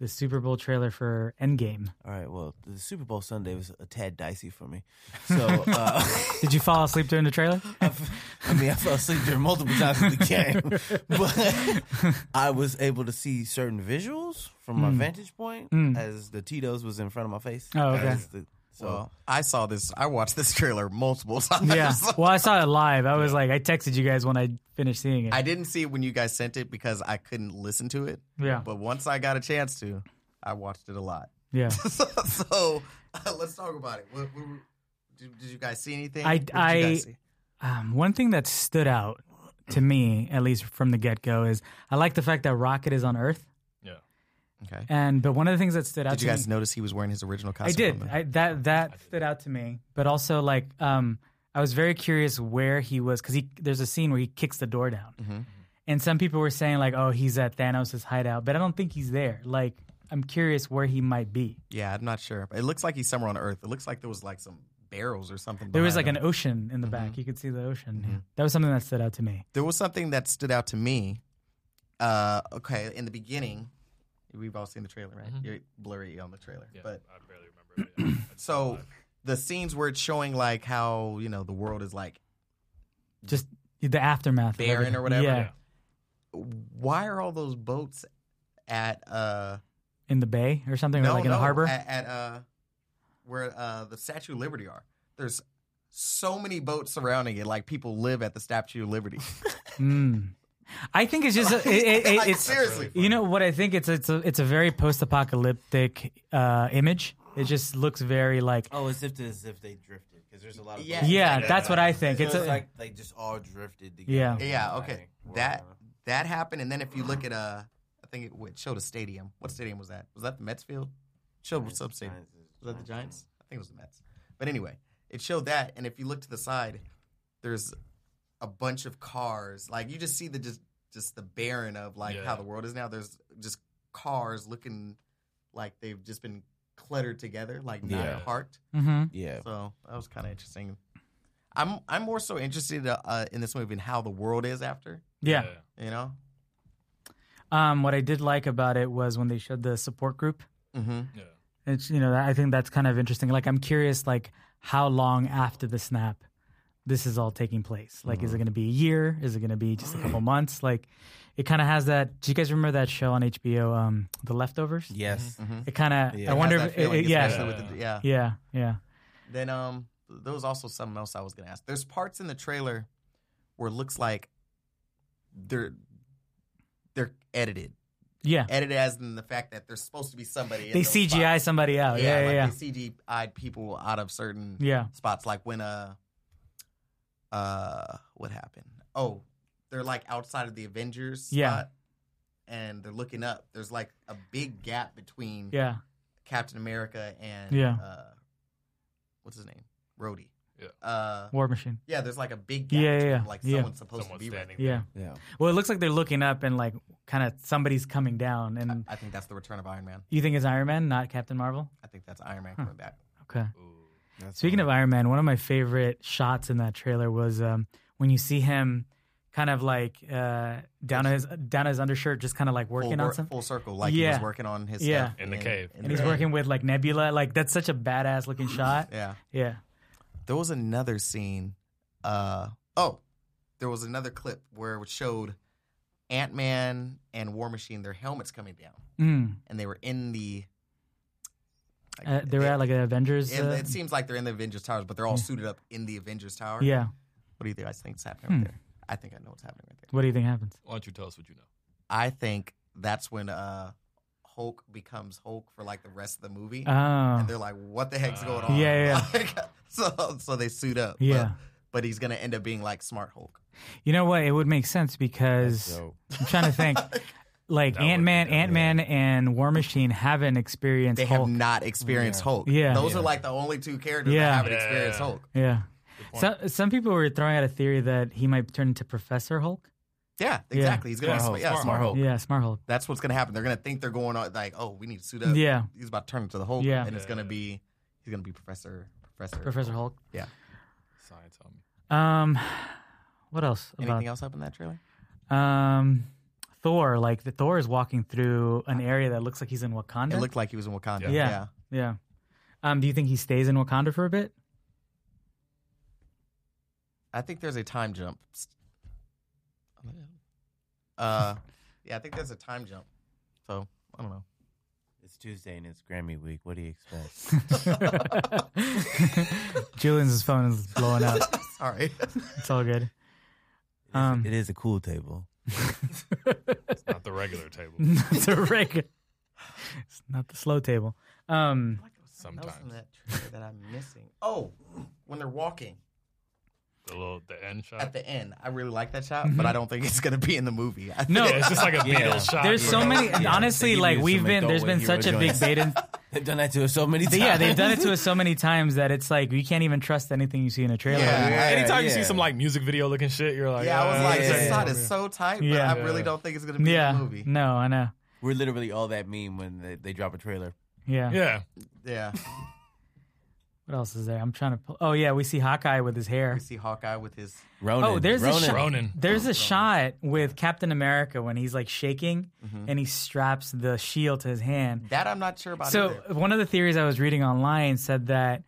Speaker 2: the Super Bowl trailer for Endgame?
Speaker 3: All right. Well, the Super Bowl Sunday was a tad dicey for me. So uh,
Speaker 2: Did you fall asleep during the trailer?
Speaker 3: I f- I mean, I fell asleep during multiple times in the game, but I was able to see certain visuals from my vantage point
Speaker 2: Mm.
Speaker 3: as the Tito's was in front of my face.
Speaker 2: Hmm. Oh, okay.
Speaker 3: As the- so
Speaker 1: Well, I saw this. I watched this trailer multiple times.
Speaker 2: Yeah. Well, I saw it live. I was like, I texted you guys when I finished seeing it.
Speaker 1: I didn't see it when you guys sent it because I couldn't listen to it.
Speaker 2: yeah.
Speaker 1: But once I got a chance to, I watched it a lot.
Speaker 2: Yeah.
Speaker 1: so so, uh, let's talk about it. What, what, did, did you guys see anything?
Speaker 2: I-
Speaker 1: What did you guys
Speaker 2: I-
Speaker 1: see?
Speaker 2: Um, one thing that stood out to me, at least from the get go, is I like the fact that Rocket is on Earth.
Speaker 4: Yeah.
Speaker 1: okay.
Speaker 2: And but one of the things that stood out
Speaker 1: Did you
Speaker 2: to
Speaker 1: guys
Speaker 2: me,
Speaker 1: notice he was wearing his original
Speaker 2: I
Speaker 1: costume?
Speaker 2: did. I, that that stood out to me. But also, like, um, I was very curious where he was because he there's a scene where he kicks the door down.
Speaker 1: Mhm.
Speaker 2: And some people were saying like, "Oh, he's at Thanos' hideout," but I don't think he's there. Like, I'm curious where he might be.
Speaker 1: Yeah, I'm not sure. It looks like he's somewhere on Earth. It looks like there was like some barrels or something.
Speaker 2: There was like
Speaker 1: behind
Speaker 2: an
Speaker 1: him. Mm-hmm.
Speaker 2: ocean in the back. You could see the ocean. Yeah. That was something that stood out to me.
Speaker 1: There was something that stood out to me. Uh, okay, in the beginning, we've all seen the trailer, right?
Speaker 2: Mm-hmm.
Speaker 1: You're blurry on the trailer,
Speaker 4: Yeah,
Speaker 1: but
Speaker 4: I barely remember. It.
Speaker 1: so the scenes where it's showing like how you know the world is like
Speaker 2: Just the aftermath. of
Speaker 1: Barren or
Speaker 2: everything.
Speaker 1: whatever,
Speaker 2: Yeah,
Speaker 4: yeah.
Speaker 1: why are all those boats at uh
Speaker 2: in the bay or something, or like in the harbor.
Speaker 1: at, at uh where uh the Statue of Liberty are. There's so many boats surrounding it, like people live at the Statue of Liberty.
Speaker 2: Mm. I think it's just a- it, it, it,
Speaker 1: Like,
Speaker 2: it's
Speaker 1: seriously.
Speaker 2: You know what I think it's it's a it's a very post-apocalyptic uh, image. It just looks very like
Speaker 3: Oh, as if as if they drifted because there's a lot of
Speaker 1: Yeah.
Speaker 3: boats.
Speaker 2: yeah. That's what I think.
Speaker 3: So
Speaker 2: It's, a,
Speaker 3: like they just all drifted
Speaker 2: Yeah.
Speaker 3: together.
Speaker 1: Yeah, okay.
Speaker 3: Like,
Speaker 1: That
Speaker 3: wow.
Speaker 1: that happened, and then if you look at uh, I think it, it showed a stadium. What stadium was that? Was that the Mets field? Showed some stadium.
Speaker 3: Giants is-
Speaker 1: Was that the Giants? I think it was the Mets. But anyway, it showed that, and if you look to the side, there's a bunch of cars. Like you just see the just just the barren of like
Speaker 4: Yeah.
Speaker 1: how the world is now. There's just cars looking like they've just been cluttered together, like not
Speaker 3: Yeah.
Speaker 1: parked.
Speaker 2: mhm.
Speaker 3: Yeah.
Speaker 1: So that was kind of interesting. I'm I'm more so interested uh, uh, in this movie and how the world is after.
Speaker 2: yeah.
Speaker 1: You know.
Speaker 2: Um, what I did like about it was when they showed the support group.
Speaker 1: Mm-hmm.
Speaker 4: yeah.
Speaker 2: It's you know I think that's kind of interesting. Like I'm curious like how long after the snap this is all taking place. Like
Speaker 1: Mm-hmm.
Speaker 2: is it going to be a year? Is it going to be just a couple months? Like it kind of has that. Do you guys remember that show on HBO, um, The Leftovers?
Speaker 3: Yes.
Speaker 2: It kind of.
Speaker 3: Yeah.
Speaker 2: I
Speaker 1: It
Speaker 2: wonder.
Speaker 1: has
Speaker 2: if
Speaker 1: that feeling,
Speaker 2: it, yeah.
Speaker 1: mm-hmm. especially with the- yeah.
Speaker 2: Yeah, yeah.
Speaker 1: Then um, there was also something else I was gonna ask. There's parts in the trailer where it looks like they're they're edited,
Speaker 2: Yeah.
Speaker 1: edited as in the fact that there's supposed to be somebody. In
Speaker 2: They
Speaker 1: those
Speaker 2: CGI
Speaker 1: spots.
Speaker 2: somebody out. Yeah, yeah, yeah.
Speaker 1: like they CGI'd people out of certain
Speaker 2: Yeah.
Speaker 1: spots, like when uh uh what happened? Oh, they're like outside of the Avengers.
Speaker 2: Yeah.
Speaker 1: spot, and they're looking up. There's like a big gap between
Speaker 2: Yeah.
Speaker 1: Captain America and
Speaker 2: Yeah.
Speaker 1: uh, what's his name? Rhodey.
Speaker 4: Yeah.
Speaker 1: Uh,
Speaker 2: War Machine.
Speaker 1: yeah, there's like a big gap.
Speaker 2: Yeah, yeah,
Speaker 1: between
Speaker 2: yeah.
Speaker 1: them, Like
Speaker 2: Yeah.
Speaker 1: someone's supposed
Speaker 4: Someone
Speaker 1: to be
Speaker 4: standing
Speaker 1: standing.
Speaker 2: Yeah.
Speaker 3: Yeah.
Speaker 2: Well, it looks like they're looking up and like kind of somebody's coming down. And
Speaker 1: I think that's the return of Iron Man.
Speaker 2: you think it's Iron Man, not Captain Marvel?
Speaker 1: I think that's Iron Man coming back.
Speaker 2: Okay.
Speaker 4: Ooh.
Speaker 3: That's
Speaker 2: Speaking
Speaker 3: what-
Speaker 2: of Iron Man, one of my favorite shots in that trailer was um, when you see him kind of like uh, down his down his undershirt, just kind of like working
Speaker 1: full,
Speaker 2: on
Speaker 1: wor-
Speaker 2: something.
Speaker 1: full circle, like he
Speaker 2: Yeah.
Speaker 1: was working on his
Speaker 2: Yeah.
Speaker 1: stuff
Speaker 4: In the cave.
Speaker 2: And he's working with like Nebula. Like that's such a badass looking shot.
Speaker 1: Yeah,
Speaker 2: Yeah.
Speaker 1: there was another scene. Uh, oh, there was another clip where it showed Ant Man and War Machine their helmets coming down,
Speaker 2: Mm.
Speaker 1: and they were in the.
Speaker 2: Uh, they were at like an Avengers.
Speaker 1: It,
Speaker 2: uh,
Speaker 1: it seems like they're in the Avengers Towers, but they're all suited up in the Avengers Tower.
Speaker 2: yeah. Hmm.
Speaker 1: What do you guys think is happening right there? I think I know what's happening right there.
Speaker 2: What do you think happens?
Speaker 4: Why don't you tell us what you know?
Speaker 1: I think that's when uh, Hulk becomes Hulk for like the rest of the movie,
Speaker 2: Oh,
Speaker 1: and they're like, "What the heck's going on?"
Speaker 2: Yeah, yeah,
Speaker 1: Like, so, so they suit up. but-
Speaker 2: Yeah.
Speaker 1: But, he's gonna end up being like Smart Hulk.
Speaker 2: you know what? It would make sense because
Speaker 3: So,
Speaker 2: I'm trying to think. Like
Speaker 4: That would be
Speaker 2: Ant Man,
Speaker 4: dope.
Speaker 2: Ant Man, and War Machine haven't experienced
Speaker 1: They
Speaker 2: Hulk.
Speaker 1: have not experienced Hulk.
Speaker 2: Yeah.
Speaker 1: Those are like the only two characters
Speaker 2: Yeah.
Speaker 1: that haven't
Speaker 4: Yeah.
Speaker 1: experienced Hulk.
Speaker 2: yeah.
Speaker 4: point.
Speaker 2: Some some people were throwing out a theory that he might turn into Professor Hulk.
Speaker 1: Yeah, exactly. He's gonna
Speaker 3: Smart
Speaker 1: be,
Speaker 3: Hulk,
Speaker 1: yeah,
Speaker 3: Smart
Speaker 1: Smart
Speaker 3: Hulk.
Speaker 1: Hulk.
Speaker 2: Yeah, Smart Hulk.
Speaker 1: That's what's gonna happen. They're gonna think they're going on like, oh, we need to suit up.
Speaker 2: Yeah.
Speaker 1: He's about to turn into the Hulk.
Speaker 2: Yeah.
Speaker 1: And it's
Speaker 4: Yeah.
Speaker 1: gonna be he's gonna be Professor Professor.
Speaker 2: Professor Hulk.
Speaker 1: Yeah.
Speaker 4: Science on me.
Speaker 2: Um, what else about
Speaker 1: Anything else up in that trailer?
Speaker 2: um Thor? Like the Thor is walking through an area that looks like he's in Wakanda.
Speaker 1: It looked like he was in Wakanda.
Speaker 4: Yeah.
Speaker 1: Yeah.
Speaker 2: Yeah. yeah. Um, do you think he stays in Wakanda for a bit?
Speaker 1: I think there's a time jump. Uh, yeah, I think there's a time jump. So I don't know.
Speaker 3: it's Tuesday and it's Grammy week. What do you expect?
Speaker 2: Julian's phone is blowing up.
Speaker 1: Sorry.
Speaker 2: It's all good. Um,
Speaker 3: it is a cool table.
Speaker 4: It's not the regular table.
Speaker 2: it's a rig. It's not the slow table. Um,
Speaker 1: That was in
Speaker 4: Sometimes
Speaker 1: that trailer that I'm missing. Oh, when they're walking
Speaker 4: the little the end shot.
Speaker 1: at the end, I really like that shot, but I don't think it's gonna be in the movie. I think
Speaker 2: Mm-hmm. No.
Speaker 4: yeah, it's just like a
Speaker 3: Yeah.
Speaker 4: Beatles shot.
Speaker 2: there's so
Speaker 4: Yeah.
Speaker 2: many.
Speaker 3: Yeah,
Speaker 2: Honestly,
Speaker 3: they give
Speaker 2: like
Speaker 3: you
Speaker 2: we've
Speaker 3: some
Speaker 2: been. There's
Speaker 3: adult
Speaker 2: been
Speaker 3: hero
Speaker 2: such a big
Speaker 3: joints.
Speaker 2: bait and.
Speaker 3: They've done that to us so many times.
Speaker 2: yeah, they've done it to us so many times that it's like you can't even trust anything you see in a trailer.
Speaker 1: Yeah.
Speaker 3: Yeah,
Speaker 4: Anytime you see
Speaker 3: yeah.
Speaker 4: some like music video looking shit, you're like, "Uh,
Speaker 1: yeah, I was like,
Speaker 3: yeah,
Speaker 1: this
Speaker 3: yeah,
Speaker 1: shot
Speaker 4: yeah.
Speaker 1: is so tight, but
Speaker 2: Yeah.
Speaker 1: I really don't think it's gonna be
Speaker 2: Yeah. Mm.
Speaker 1: in the movie.
Speaker 2: No, I know.
Speaker 3: We're literally all that meme when they, they drop a trailer.
Speaker 2: Yeah.
Speaker 4: yeah,
Speaker 1: Yeah,
Speaker 2: What else is there? I'm trying to pull. Oh yeah, we see Hawkeye with his hair.
Speaker 1: we see Hawkeye with his.
Speaker 3: Ronan.
Speaker 2: Oh, there's a
Speaker 3: Ronan.
Speaker 2: shot.
Speaker 4: Ronan.
Speaker 2: There's a shot with Captain America when he's like shaking
Speaker 3: Mm-hmm.
Speaker 2: and he straps the shield to his hand.
Speaker 1: That I'm not sure about.
Speaker 2: So
Speaker 1: either.
Speaker 2: one of the theories I was reading online said that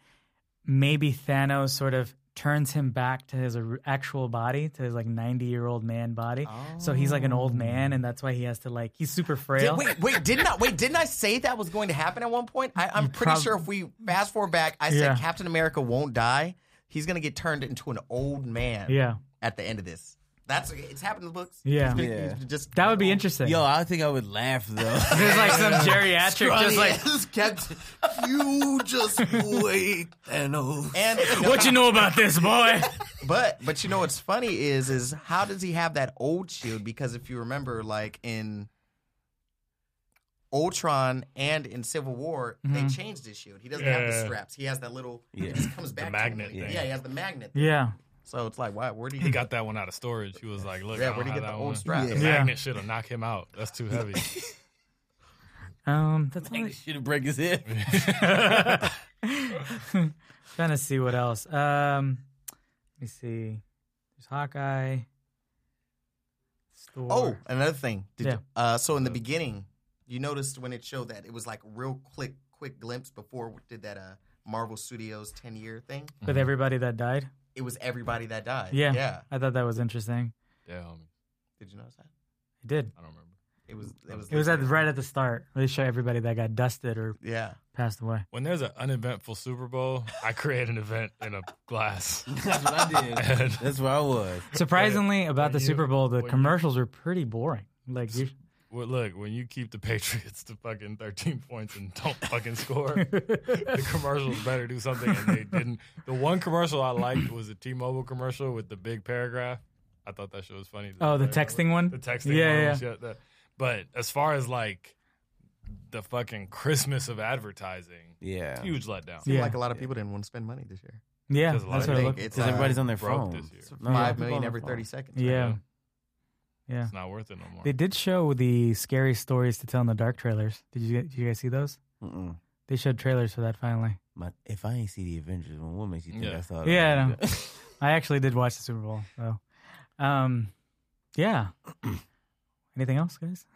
Speaker 2: maybe Thanos sort of turns him back to his or- actual body, to his like 90 year old man body. So he's like an old man, and that's why he has to like he's super
Speaker 1: Did-
Speaker 2: frail.
Speaker 1: wait, wait, didn't I wait? Didn't I say that was going to happen at one point? I, I'm pretty
Speaker 2: prob-
Speaker 1: sure if we fast forward back, I said
Speaker 2: Yeah.
Speaker 1: Captain America won't die. He's gonna get turned into an old man.
Speaker 2: Yeah,
Speaker 1: At the end of this, that's it's happened in the books.
Speaker 2: Yeah.
Speaker 1: He's been-
Speaker 3: Yeah.
Speaker 1: he's just
Speaker 2: that would be interesting.
Speaker 3: Yo, I think I would laugh though.
Speaker 2: There's like some geriatric, just like
Speaker 1: just kept you just
Speaker 3: Wait, Thanos.
Speaker 1: and
Speaker 2: what you know about this boy.
Speaker 1: But but you know what's funny is is how does he have that old shield? Because if you remember, like in Ultron and in Civil War, they changed his shield. He doesn't have the
Speaker 4: Yeah.
Speaker 1: straps. He has that little.
Speaker 3: Yeah.
Speaker 1: It just comes back. to him.
Speaker 4: magnet
Speaker 1: Yeah,
Speaker 4: thing.
Speaker 1: he has the magnet.
Speaker 2: yeah.
Speaker 1: So it's like, why? Where do you
Speaker 4: he got that one out of storage. He was like, look, I
Speaker 1: Yeah,
Speaker 4: don't
Speaker 1: where'd he
Speaker 4: have
Speaker 1: get the
Speaker 4: that
Speaker 1: old
Speaker 4: one.
Speaker 1: strap?
Speaker 4: The
Speaker 2: Yeah.
Speaker 4: magnet shit will knock him out. That's too heavy.
Speaker 2: Um, that's all I-
Speaker 3: Should break his head.
Speaker 2: Trying to see what else. Um, let me see. There's Hawkeye. Thor.
Speaker 1: Oh, another thing. Did
Speaker 2: Yeah.
Speaker 1: you- uh, so in the beginning, you noticed when it showed that it was like real quick, quick glimpse before we did that uh, Marvel Studios ten year thing.
Speaker 2: with everybody that died.
Speaker 1: It was everybody that died.
Speaker 2: Yeah.
Speaker 1: yeah.
Speaker 2: I thought that was interesting.
Speaker 4: yeah, homie.
Speaker 1: Did you notice that?
Speaker 2: It did.
Speaker 4: I don't remember.
Speaker 1: It was. It was.
Speaker 2: It was at right at the start. They show everybody that got dusted or
Speaker 1: Yeah.
Speaker 2: passed away.
Speaker 4: When there's an uneventful Super Bowl, I create an event in a glass.
Speaker 3: That's what I did. That's where I was.
Speaker 2: Surprisingly, about
Speaker 4: when
Speaker 2: the
Speaker 4: you-
Speaker 2: Super Bowl, the
Speaker 4: when you-
Speaker 2: commercials were pretty boring. Like, you
Speaker 4: Well, look, when you keep the Patriots to fucking 13 points and don't fucking score, the commercials better do something. And they didn't. The one commercial I liked was a T Mobile commercial with the big paragraph. I thought that shit was funny.
Speaker 2: oh, the texting one.
Speaker 4: The texting
Speaker 2: Yeah,
Speaker 4: one.
Speaker 2: yeah.
Speaker 4: was shit that- But as far as like the fucking Christmas of advertising,
Speaker 3: Yeah.
Speaker 4: huge letdown.
Speaker 2: Yeah.
Speaker 1: Like a lot of people didn't want to spend money this year.
Speaker 2: yeah,
Speaker 4: There's a lot
Speaker 2: that's
Speaker 4: of
Speaker 2: what it
Speaker 4: things.
Speaker 2: looked.
Speaker 1: It's
Speaker 3: Because
Speaker 1: uh,
Speaker 3: everybody's on their
Speaker 4: broke
Speaker 3: phone.
Speaker 4: this year.
Speaker 3: No, yeah,
Speaker 1: five
Speaker 3: people
Speaker 1: million
Speaker 3: on their
Speaker 1: every
Speaker 3: phone.
Speaker 1: thirty seconds.
Speaker 2: Yeah, yeah.
Speaker 4: It's not worth it no more.
Speaker 2: They did show the scary stories to tell in the dark trailers. Did you did you guys see those?
Speaker 3: Mm-mm.
Speaker 2: They showed trailers for that finally.
Speaker 3: My, if I ain't see the Avengers, well, what makes you think
Speaker 4: Yeah.
Speaker 3: I saw it?
Speaker 2: Yeah, I know. I actually did watch the Super Bowl, though. Um, yeah. Anything else, guys?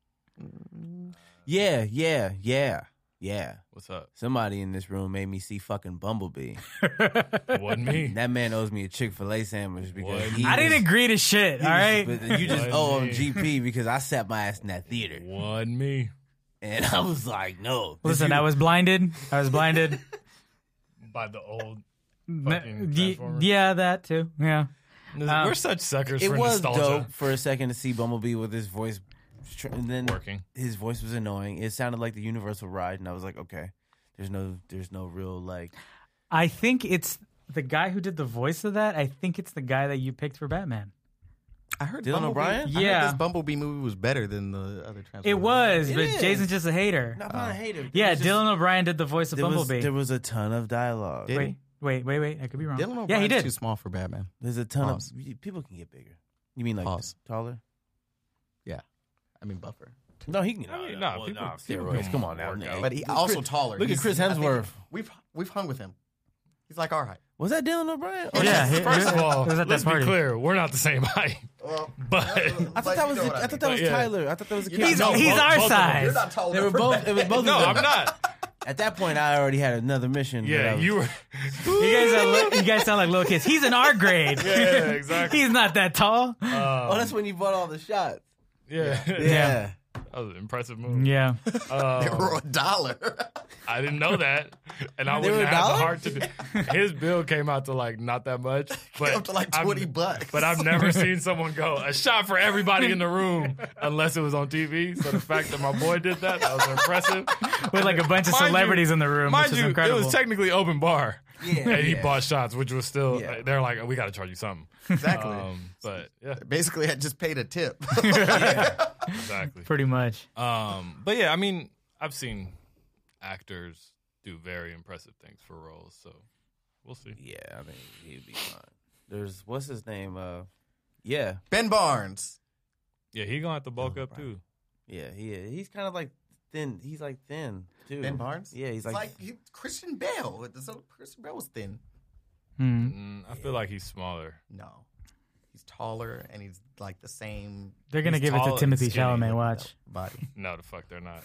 Speaker 3: yeah, yeah, yeah, yeah.
Speaker 4: What's up?
Speaker 3: Somebody in this room made me see fucking Bumblebee.
Speaker 4: Wasn't me.
Speaker 3: that man owes me a Chick Fil A sandwich because
Speaker 4: What?
Speaker 3: he
Speaker 2: I didn't
Speaker 3: was-
Speaker 2: agree to shit.
Speaker 3: he
Speaker 2: All
Speaker 3: was-
Speaker 2: right.
Speaker 3: but you just
Speaker 4: What?
Speaker 3: owe him GP because I sat my ass in that theater
Speaker 4: Wasn't me.
Speaker 3: and I was like, no. this
Speaker 2: Listen,
Speaker 3: you-
Speaker 2: I was blinded. I was blinded.
Speaker 4: By the old.
Speaker 2: N-
Speaker 4: Fucking
Speaker 2: ye-
Speaker 4: Transformers.
Speaker 2: yeah, that too. Yeah.
Speaker 4: We're such suckers
Speaker 3: It
Speaker 4: for
Speaker 3: was
Speaker 4: nostalgia.
Speaker 3: dope for a second to see Bumblebee with his voice, tr- and then
Speaker 4: Working.
Speaker 3: his voice was annoying. It sounded like the Universal ride, and I was like, okay, there's no, there's no real like.
Speaker 2: I think it's the guy who did the voice of that. I think it's the guy that you picked for Batman.
Speaker 1: I heard
Speaker 3: Dylan
Speaker 1: Bumblebee-
Speaker 3: O'Brien?
Speaker 1: I heard
Speaker 2: Yeah.
Speaker 1: this Bumblebee movie was better than the other Transformers.
Speaker 2: It was,
Speaker 3: It
Speaker 2: but
Speaker 3: is.
Speaker 2: Jason's just a hater.
Speaker 3: No, I'm not a hater. There
Speaker 2: yeah,
Speaker 3: was just-
Speaker 2: Dylan O'Brien did the voice of
Speaker 3: uh, there was,
Speaker 2: Bumblebee.
Speaker 3: there was a ton of dialogue.
Speaker 1: Did
Speaker 2: wait, wait, wait, wait. I could be wrong.
Speaker 1: Dylan O'Brien's
Speaker 2: yeah, he
Speaker 1: too
Speaker 2: did.
Speaker 1: small for Batman.
Speaker 3: There's a ton
Speaker 1: Pause.
Speaker 3: of you- people can get bigger. You mean like
Speaker 1: Pause.
Speaker 3: taller?
Speaker 1: I mean, buffer.
Speaker 3: No, he can.
Speaker 4: I mean, nah, people- people
Speaker 3: steroids.
Speaker 4: can
Speaker 3: Come on now,
Speaker 4: work
Speaker 3: Nick.
Speaker 4: out.
Speaker 1: But he also taller.
Speaker 3: look at
Speaker 1: He's-
Speaker 3: Chris
Speaker 1: I think
Speaker 3: Hemsworth.
Speaker 1: We've we've hung with him. He's like our height.
Speaker 3: Was that Dylan O'Brien?
Speaker 2: Yeah,
Speaker 3: that's-
Speaker 2: he-
Speaker 4: First of all,
Speaker 2: It was at that
Speaker 4: let's be
Speaker 2: party.
Speaker 4: clear, we're not the same height. But
Speaker 3: I thought that was. I, thought that was
Speaker 4: yeah.
Speaker 3: Tyler. I thought that was a kid.
Speaker 2: He's,
Speaker 4: No,
Speaker 2: he's
Speaker 4: both-
Speaker 2: our
Speaker 4: both of them.
Speaker 2: size.
Speaker 1: You're not taller.
Speaker 3: They were both. It was both.
Speaker 4: no,
Speaker 3: of them.
Speaker 4: I'm not.
Speaker 3: At that point, I already had another mission. that I
Speaker 4: Yeah,
Speaker 3: was-
Speaker 4: you were.
Speaker 2: You guys are li- you guys sound like little kids. He's in our grade.
Speaker 4: Yeah, Uh, yeah, exactly.
Speaker 2: He's not that tall.
Speaker 3: Oh, that's when you bought all the shots.
Speaker 4: Yeah,
Speaker 3: Yeah.
Speaker 4: that was an impressive move.
Speaker 2: Yeah.
Speaker 1: They were a dollar.
Speaker 4: I didn't know that, and I
Speaker 3: They
Speaker 4: wouldn't
Speaker 3: were a
Speaker 4: have the
Speaker 3: dollar?
Speaker 4: heart to. do His bill came out to like not that much, but
Speaker 1: Up to like
Speaker 4: I've-
Speaker 1: 20 bucks.
Speaker 4: But I've never seen someone go a shot for everybody in the room unless it was on TV. So the fact that my boy did that, that was impressive.
Speaker 2: With like a bunch of
Speaker 4: Mind you-
Speaker 2: celebrities in the room,
Speaker 4: Mind
Speaker 2: which is
Speaker 4: you,
Speaker 2: incredible.
Speaker 4: it was technically open bar.
Speaker 3: Yeah,
Speaker 4: and he
Speaker 3: yeah.
Speaker 4: bought shots, which was still uh,
Speaker 3: Yeah.
Speaker 4: they're like, we got to charge you something.
Speaker 1: Exactly.
Speaker 4: Um, but yeah,
Speaker 1: Basically, I just paid a tip.
Speaker 4: exactly.
Speaker 2: Pretty much.
Speaker 4: Uh, Um, but yeah, I mean, I've seen actors do very impressive things for roles. So we'll see.
Speaker 3: Yeah, I think he'd be fine. There's what's his name? Uh, yeah,
Speaker 1: Ben Barnes.
Speaker 4: Yeah, he gonna have to bulk
Speaker 1: Oh,
Speaker 3: Bill
Speaker 4: up
Speaker 3: O'Brien.
Speaker 4: too.
Speaker 3: yeah, he he's kind of like thin. He's like thin too.
Speaker 1: Ben Barnes.
Speaker 3: Yeah, he's
Speaker 1: It's
Speaker 3: like,
Speaker 1: like, he, Christian Bale. So Christian Bale was thin.
Speaker 2: Hmm.
Speaker 4: Mm, I feel like he's smaller.
Speaker 1: No, he's taller and he's like the same
Speaker 2: They're gonna
Speaker 4: He's
Speaker 2: give it
Speaker 4: tall
Speaker 2: to
Speaker 4: and
Speaker 2: Timothy
Speaker 4: skinny
Speaker 2: Chalamet.
Speaker 4: looking,
Speaker 2: Watch.
Speaker 1: body.
Speaker 4: No, the fuck, they're not.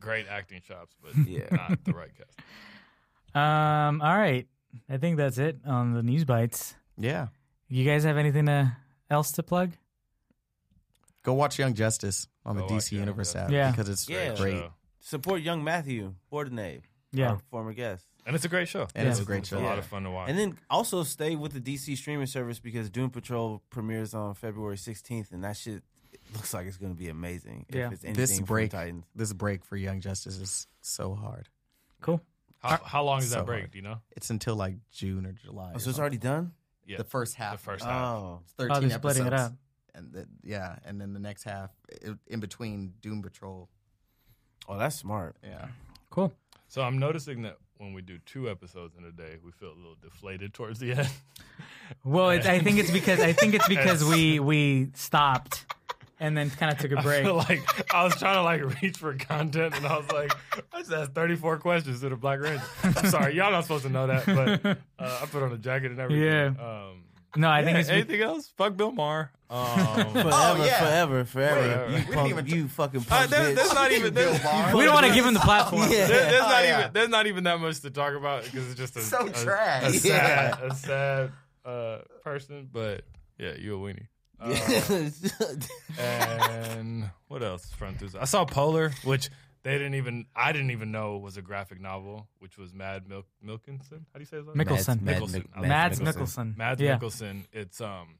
Speaker 4: Great acting chops, but
Speaker 3: Yeah.
Speaker 4: not the right cast.
Speaker 2: um. All right. I think that's it on the news bites.
Speaker 1: Yeah.
Speaker 2: You guys have anything to, else to plug?
Speaker 1: Go watch Young Justice on the
Speaker 4: Go watch
Speaker 1: DC
Speaker 4: Young
Speaker 1: Universe
Speaker 4: Justice.
Speaker 1: app
Speaker 2: Yeah.
Speaker 1: because it's
Speaker 3: Yeah.
Speaker 1: great.
Speaker 4: show.
Speaker 3: support young Matthew Bourdain,
Speaker 2: Yeah.
Speaker 3: our former guest.
Speaker 4: And it's a great show.
Speaker 1: And it's
Speaker 2: Yeah.
Speaker 1: a great
Speaker 4: It's a
Speaker 1: show.
Speaker 4: lot
Speaker 3: Yeah.
Speaker 4: of fun to watch.
Speaker 3: And then also stay with the DC streaming service because Doom Patrol premieres on February 16th, and that shit looks like it's going to be amazing.
Speaker 2: Yeah.
Speaker 3: If it's
Speaker 1: This
Speaker 3: anything from
Speaker 1: break.
Speaker 3: Titans.
Speaker 1: This break for Young Justice is so hard.
Speaker 2: Cool.
Speaker 4: how, how long is
Speaker 1: So
Speaker 4: that break?
Speaker 1: hard.
Speaker 4: Do you know?
Speaker 1: It's until like June or July.
Speaker 3: Oh,
Speaker 1: or
Speaker 3: so it's
Speaker 1: something.
Speaker 3: already done?
Speaker 4: Yeah.
Speaker 1: the first
Speaker 4: The
Speaker 1: half.
Speaker 4: first half.
Speaker 3: Oh.
Speaker 1: It's 13
Speaker 2: Oh, they're splitting it
Speaker 1: episodes.
Speaker 2: up.
Speaker 1: And the, yeah, and then the next half i- in between Doom Patrol.
Speaker 3: Oh, that's smart.
Speaker 1: Yeah.
Speaker 2: Cool.
Speaker 4: So I'm noticing that when we do two episodes in a day, we feel a little deflated towards the end.
Speaker 2: Well, it's, I think it's because I think it's because we we stopped and then kind of took a
Speaker 4: I
Speaker 2: break.
Speaker 4: feel like I was trying to like reach for content, and I was like, I just asked 34 questions to the Black Ranger. I'm sorry, y'all not supposed to know that, but uh, I put on a jacket and everything.
Speaker 2: Yeah.
Speaker 4: Um,
Speaker 2: No, I
Speaker 4: I
Speaker 2: think
Speaker 4: think
Speaker 2: it's be-
Speaker 4: anything else. Fuck Bill Maher. Um,
Speaker 3: Forever,
Speaker 1: yeah.
Speaker 3: forever, forever.
Speaker 4: Wait, we
Speaker 3: you,
Speaker 4: didn't
Speaker 3: punk,
Speaker 1: even-
Speaker 3: you fucking punk
Speaker 4: Uh, there-
Speaker 3: bitch.
Speaker 4: there's not even there's,
Speaker 2: we don't want to give him the platform.
Speaker 3: Yeah.
Speaker 4: there- there's
Speaker 1: Oh,
Speaker 4: not
Speaker 1: yeah.
Speaker 4: even there's not even that much to talk about because it's just a,
Speaker 1: So
Speaker 4: a,
Speaker 1: trash.
Speaker 4: a
Speaker 1: Yeah.
Speaker 4: sad a sad uh, person. But yeah, you a weenie. Uh, and what else from Tuesday? I saw Polar, which they didn't even I didn't even know was a graphic novel, which was Mad Mil- Milkinson. How do you say his last name?
Speaker 2: Mickelson.
Speaker 3: Mads-
Speaker 4: Mickelson.
Speaker 3: Mc-
Speaker 2: Mads Mickelson.
Speaker 4: Mads
Speaker 2: yeah.
Speaker 4: Mikkelsen. It's um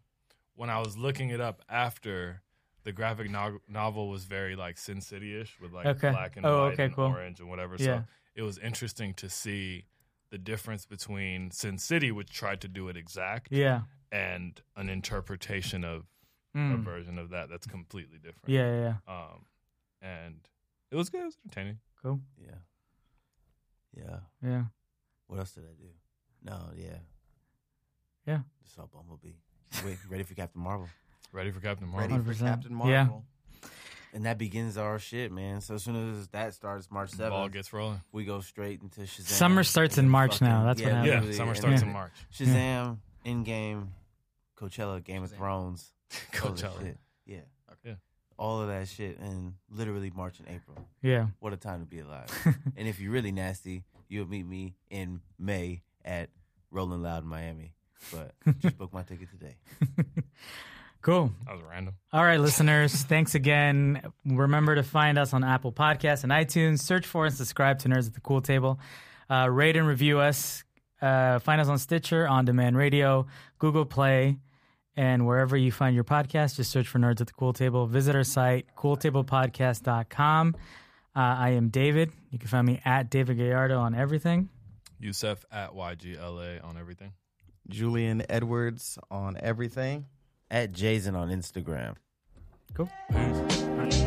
Speaker 4: when I was looking it up after the graphic no- novel was very like Sin City ish with like
Speaker 2: Okay.
Speaker 4: black and
Speaker 2: Oh,
Speaker 4: white
Speaker 2: okay,
Speaker 4: and
Speaker 2: cool.
Speaker 4: orange and whatever.
Speaker 2: Yeah.
Speaker 4: So it was interesting to see the difference between Sin City, which tried to do it exact,
Speaker 2: Yeah.
Speaker 4: and an interpretation of a
Speaker 2: Mm.
Speaker 4: version of that that's completely different.
Speaker 2: Yeah. Yeah. yeah.
Speaker 4: Um, and it was good. It was entertaining.
Speaker 2: Cool.
Speaker 3: Yeah. Yeah.
Speaker 2: Yeah.
Speaker 3: What else did I do? No, yeah.
Speaker 2: Yeah.
Speaker 3: Just saw Bumblebee. Wait, ready for Captain Marvel.
Speaker 4: Ready for Captain Marvel?
Speaker 1: Ready for
Speaker 2: 100%.
Speaker 1: Captain Marvel.
Speaker 2: Yeah.
Speaker 3: And that begins our shit, man. So as soon as that starts, March
Speaker 4: The ball
Speaker 3: 7th,
Speaker 4: gets rolling.
Speaker 3: we go straight into Shazam.
Speaker 2: Summer starts in March now. That's what happened.
Speaker 4: Yeah,
Speaker 3: literally.
Speaker 4: summer
Speaker 3: And
Speaker 4: starts
Speaker 3: then
Speaker 4: in March.
Speaker 3: Shazam, Endgame, Coachella, Game of
Speaker 1: Shazam.
Speaker 3: Thrones. all that
Speaker 4: Coachella.
Speaker 3: shit. Yeah.
Speaker 4: Okay. Yeah.
Speaker 3: All of that shit. And literally March and April.
Speaker 2: Yeah.
Speaker 3: What a time to be alive. and if you're really nasty, you'll meet me in May at Rolling Loud in Miami. But just book my ticket today.
Speaker 2: Cool.
Speaker 4: That was random.
Speaker 2: All right, listeners, thanks again. Remember to find us on Apple Podcasts and iTunes. Search for and subscribe to Nerds at the Cool Table. Uh, rate and review us. Uh, find us on Stitcher, On Demand Radio, Google Play, and wherever you find your podcast, just search for Nerds at the Cool Table. Visit our site, cooltablepodcast.com. Uh, I am David. You can find me at David Gallardo on everything.
Speaker 4: Yusef at YGLA on everything.
Speaker 1: Julian Edwards on everything.
Speaker 3: At Jason on Instagram.
Speaker 2: Cool.
Speaker 4: Peace.
Speaker 2: All right.